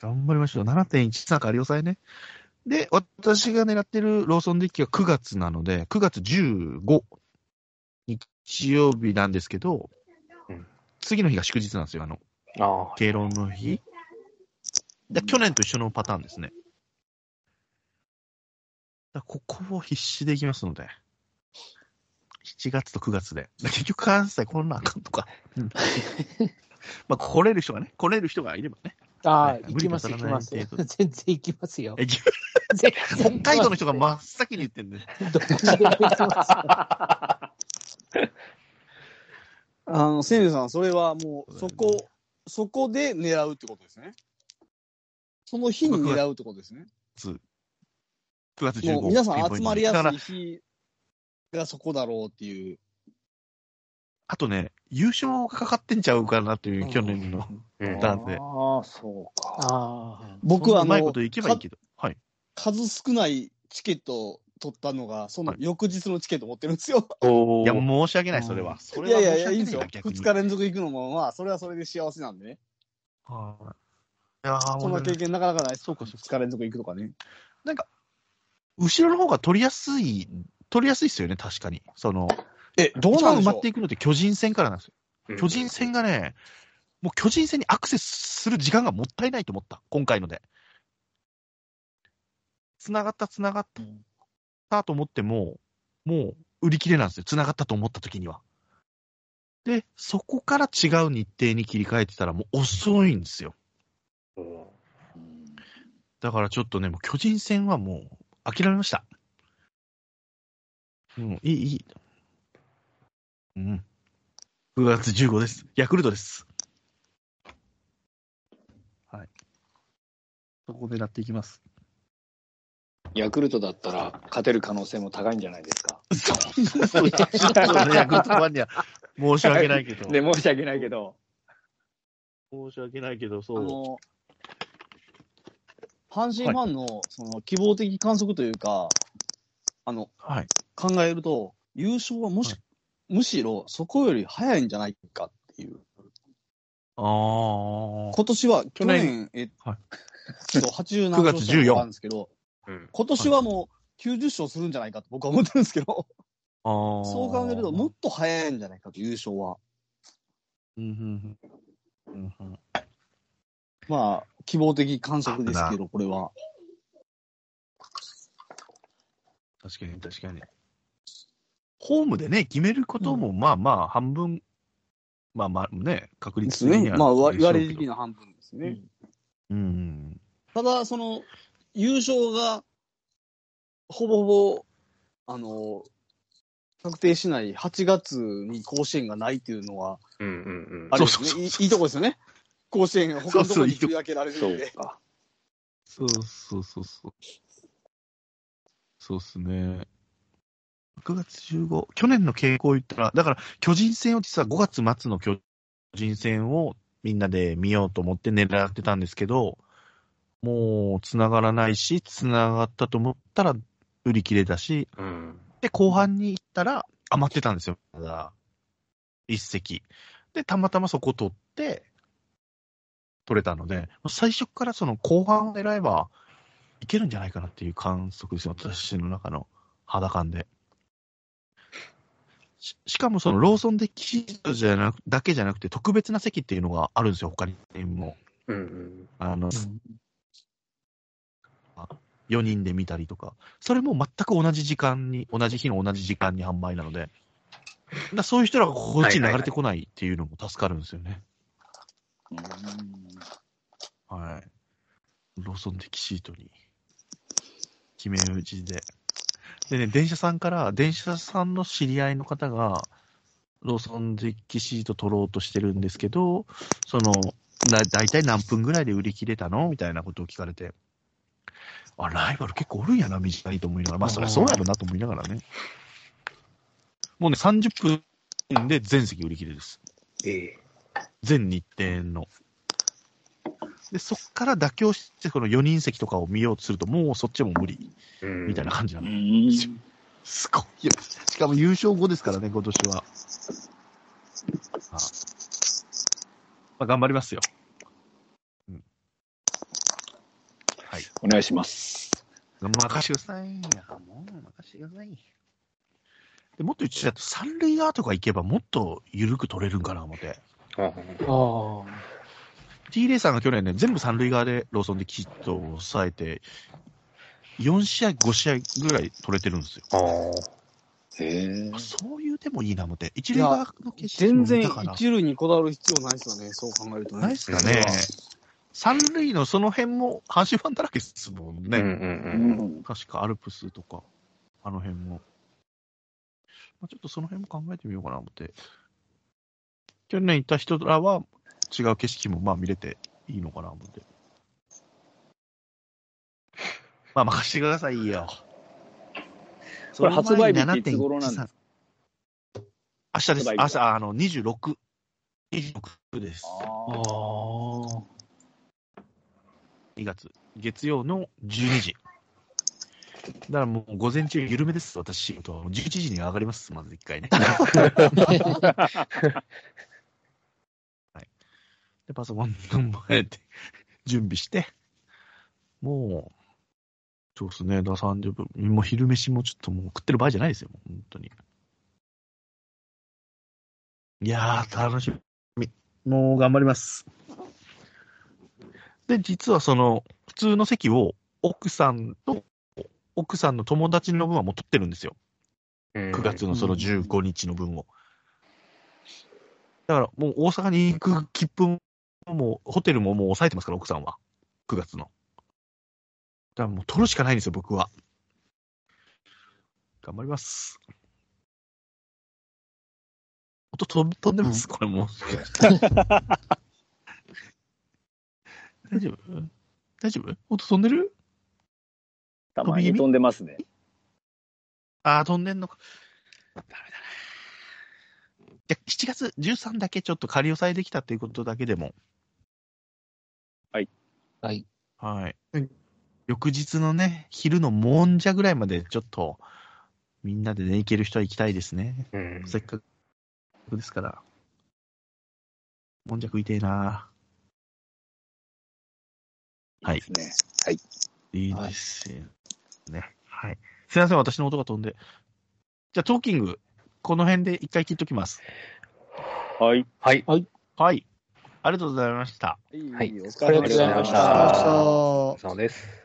A: 頑張りましょう。7.13かり押さえね。で、私が狙ってるローソンデッキは9月なので、9月15日曜日なんですけど、
E: うん
A: 次の日が祝日なんですよ。あの、
E: う。あ
A: 敬老の日。で去年と一緒のパターンですね。だここを必死でいきますので、7月と9月で。だ結局関西こんなんあかんとか。 まあ、来れる人がね、来れる人がいればね。
C: ああ、
A: い
C: 行きます、
A: 無
C: 行
A: 理
C: き
A: が
C: ま
A: 足
C: す。
A: らない 程
C: 全
A: 度
C: 然行きますよ。
A: えぎ北
C: 北
A: 海道の人が真っ先に言ってんね。
C: どっちでも行きます。
B: あの、せねさん、それはもう、
A: そ
B: そう
A: だよね
B: こ、そこで狙うってことですね。その日に狙うってことですね。
A: 9月15
B: も
A: 日。
B: う皆さん集まり
A: だか
B: や
A: ら
B: すい日がそこだろうっていう。
A: あとね、優勝がかかってんちゃうかなという、去年の。
E: あ。うん。
A: だって
D: ああ、そうか。
C: あ
B: 僕はあ
A: うまい
B: の
A: こといけばいいけど。はい。
B: か数少ないチケットを取ったのが、その翌日のチケット持ってるんですよ。
E: お
A: いや、申し訳ない、それ
C: う
A: は。そ
B: い
A: れ
B: や
A: はい
B: や
A: 申し
B: いや、
A: 訳
B: いい
A: な
B: んですよ。
A: な逆
B: 2
A: に
B: 日連続行くのも、まあ、それはそれで幸せなんでね。
A: はい。いやー
B: そん
A: もう
B: な
A: ね
B: 経験なかなかない。そう
A: かそう
B: 疲れんとこ行くとかね。
A: 後ろの方が取りやすい、取りやすいですよね、確かに。その、
B: え、どう
A: 一
B: な
A: 番
B: んで
A: 埋
B: し
A: ま
B: ょ
A: っ
B: う
A: ていくのって巨人戦からなんですよ。巨人戦がね、もう巨人戦にアクセスする時間がもったいないと思った、今回ので。繋がった、繋がったと思っても、もう売り切れなんですよ、繋がったと思った時には。で、そこから違う日程に切り替えてたら、もう遅いんですよ。
E: うん
A: だからちょっとね、もう巨人戦はもう諦めました。うん、いい、いい。うん。9月15です。ヤクルトです。はい。そこを狙っていきます。
D: ヤクルトだったら勝てる可能性も高いんじゃないですか。
A: そんなこと言っちゃったね、ヤクルトファンには申し訳ないけ ど。
D: で、申し訳ないけど、
A: 申し訳ないけど、
B: あ
A: そう。
B: の、阪神ファンの、その、希望的観測というか、あの、
A: はい。
B: 考えると、優勝はもし、
A: は
B: むしろそこより早いんじゃないかっていう。
A: あー。
B: 今年は、去
A: 去年
B: 年、えっと、
A: はい
B: 87
A: 9月14
B: なんですけど、
E: うん
B: 今年はもう90勝するんじゃないかと僕は思ってるんですけど、
A: あー
B: そう考えると、もっと早いんじゃないかと、優勝は。
A: うんうんうんうんうん
B: まあ、希望的観測ですけど、これは。
A: 確かに、確かに。ホームでね、決めることも、まあまあ、半分、まあまあね、確
B: で
A: 率
B: す
A: 的に
B: ね。
A: は
B: まあ、わ
A: でしょ
B: 言わ
A: うけ
B: れ
A: ど
B: る的な半分ですね。
A: うんうん。
B: ただ、その、優勝が、ほぼほぼ、あの、確定しない8月に甲子園がないっていうのは、
E: うんうん
B: あれです
A: そうそう
B: ね。いい
A: そう
B: いいとこですよね。甲子園、他のとこ
A: そうそう
B: ろ
A: い
B: に
A: いと
B: 振
A: こ
B: り分けられる
D: そ
B: ん
D: う
B: で。
D: か。
A: そうそうそうそう。そうっすね。9月15、去年の傾向を言ったら、だから巨人戦を実は5月末の巨人戦をみんなで見ようと思って狙ってたんですけど、もう繋がらないし、繋がったと思ったら売り切れだし、
E: うん。うん
A: で、後半に行ったら余ってたんですよ、まだ。一席。で、たまたまそこ取って、取れたので、最初からその後半を狙えば、いけるんじゃないかなっていう観測ですよ、私の中の肌感で。ししかもそのローソンで記事じゃなくだけじゃなくて特別な席っていうのがあるんですよ、他にも。
E: うんうん
A: あの、4人で見たりとか、それも全く同じ時間に、同じ日の同じ時間に販売なので、だからそういう人らがこっちに流れてこないっていうのも助かるんですよね。はい。ローソン的シートに、決め打ちで。でね、電車さんから、電車さんの知り合いの方が、ローソン的シート取ろうとしてるんですけど、その、だ大体何分ぐらいで売り切れたのみたいなことを聞かれて、あ、ライバル結構おるんやな、身近にと思いながら、まあ、そりゃそうやろなと思いながらね。もうね、30分で全席売り切れです。
E: え
A: 全日程の。で、そっから妥協して、この4人席とかを見ようとすると、もうそっちも無理、
E: えうん
A: みたいな感じな
D: う
A: の。
D: ん。
A: すごいよ。しかも優勝後ですからね、今年は。はいまあ、頑張りますよ。
D: お願いします。
A: 任してください。いや、もう任してください。でもっと言っちゃうと、三塁側とか行けばもっと緩く取れるんかな、思って。
E: うん。
C: あ
A: T レイさんが去年ね、全部三塁側でローソンできちっと抑えて、4試合、5試合ぐらい取れてるんですよ。
E: あー
D: へえ
A: あそういう手もいいな、思って。一塁側の決勝
B: 全
A: も
B: 然
A: 見たから。
B: 一塁にこだわる必要ないですよね。そう考えるとね。
A: ないっすかね
E: うん。
A: 三塁のその辺も阪神ファンだらけですもんね。
E: うん
D: う
E: うんうん。
D: ん。
A: 確かアルプスとか、あの辺も。まあ、ちょっとその辺も考えてみようかな、思って。去年行った人らは違う景色もまあ見れていいのかな、思って。 まあ任してくださいよ。
D: これ発売日
A: その前に
D: っていつ頃なんですか
A: 明日で
D: 発
A: す。
D: 売日
A: 明日、あの、26。26です。
C: あ。ああ。
A: 2月。月曜の12時。だからもう午前中緩めです、私仕事は。もう11時には上がります、まず一回ね。 はい。で、パソコンの前で、準備して、もう、そうですね、だから30分、もう昼飯もちょっともう食ってる場合じゃないですよ、もう本当に。いやー、楽しみ。もう頑張ります。で、実はその、普通の席を奥さんと、奥さんの友達の分はもう取ってるんですよ。9
E: 9
A: 月のその
B: うん
A: 15日の分を。だからもう大阪に行く切符ももう、ホテルももう抑えてますから、奥さんは。9月の。だからもう取るしかないんですよ、僕は。頑張ります。音飛飛んでます、これ もう。大丈夫大丈夫音飛んでる
D: たまに飛んでますね。
A: ああ、飛んでんのか。ダメだな。じゃあ7月13だけちょっと仮押さえできたっていうことだけでも、
C: はい。
A: はい。
F: はい
A: 翌日のね、昼のもんじゃぐらいまでちょっと、みんなでね、行ける人は行きたいですね。
E: うん
A: せっかくですから。もんじゃ食いてえな。はい
D: ですね。
A: いいですよね。はい。すいません、私の音が飛んで。じゃあ、トーキング、この辺で一回切っときます。
D: はい。
E: はい。
A: はい。ありがとうございました。
D: はいい
E: ありがとうございました
F: ありがとうございました
E: そうです。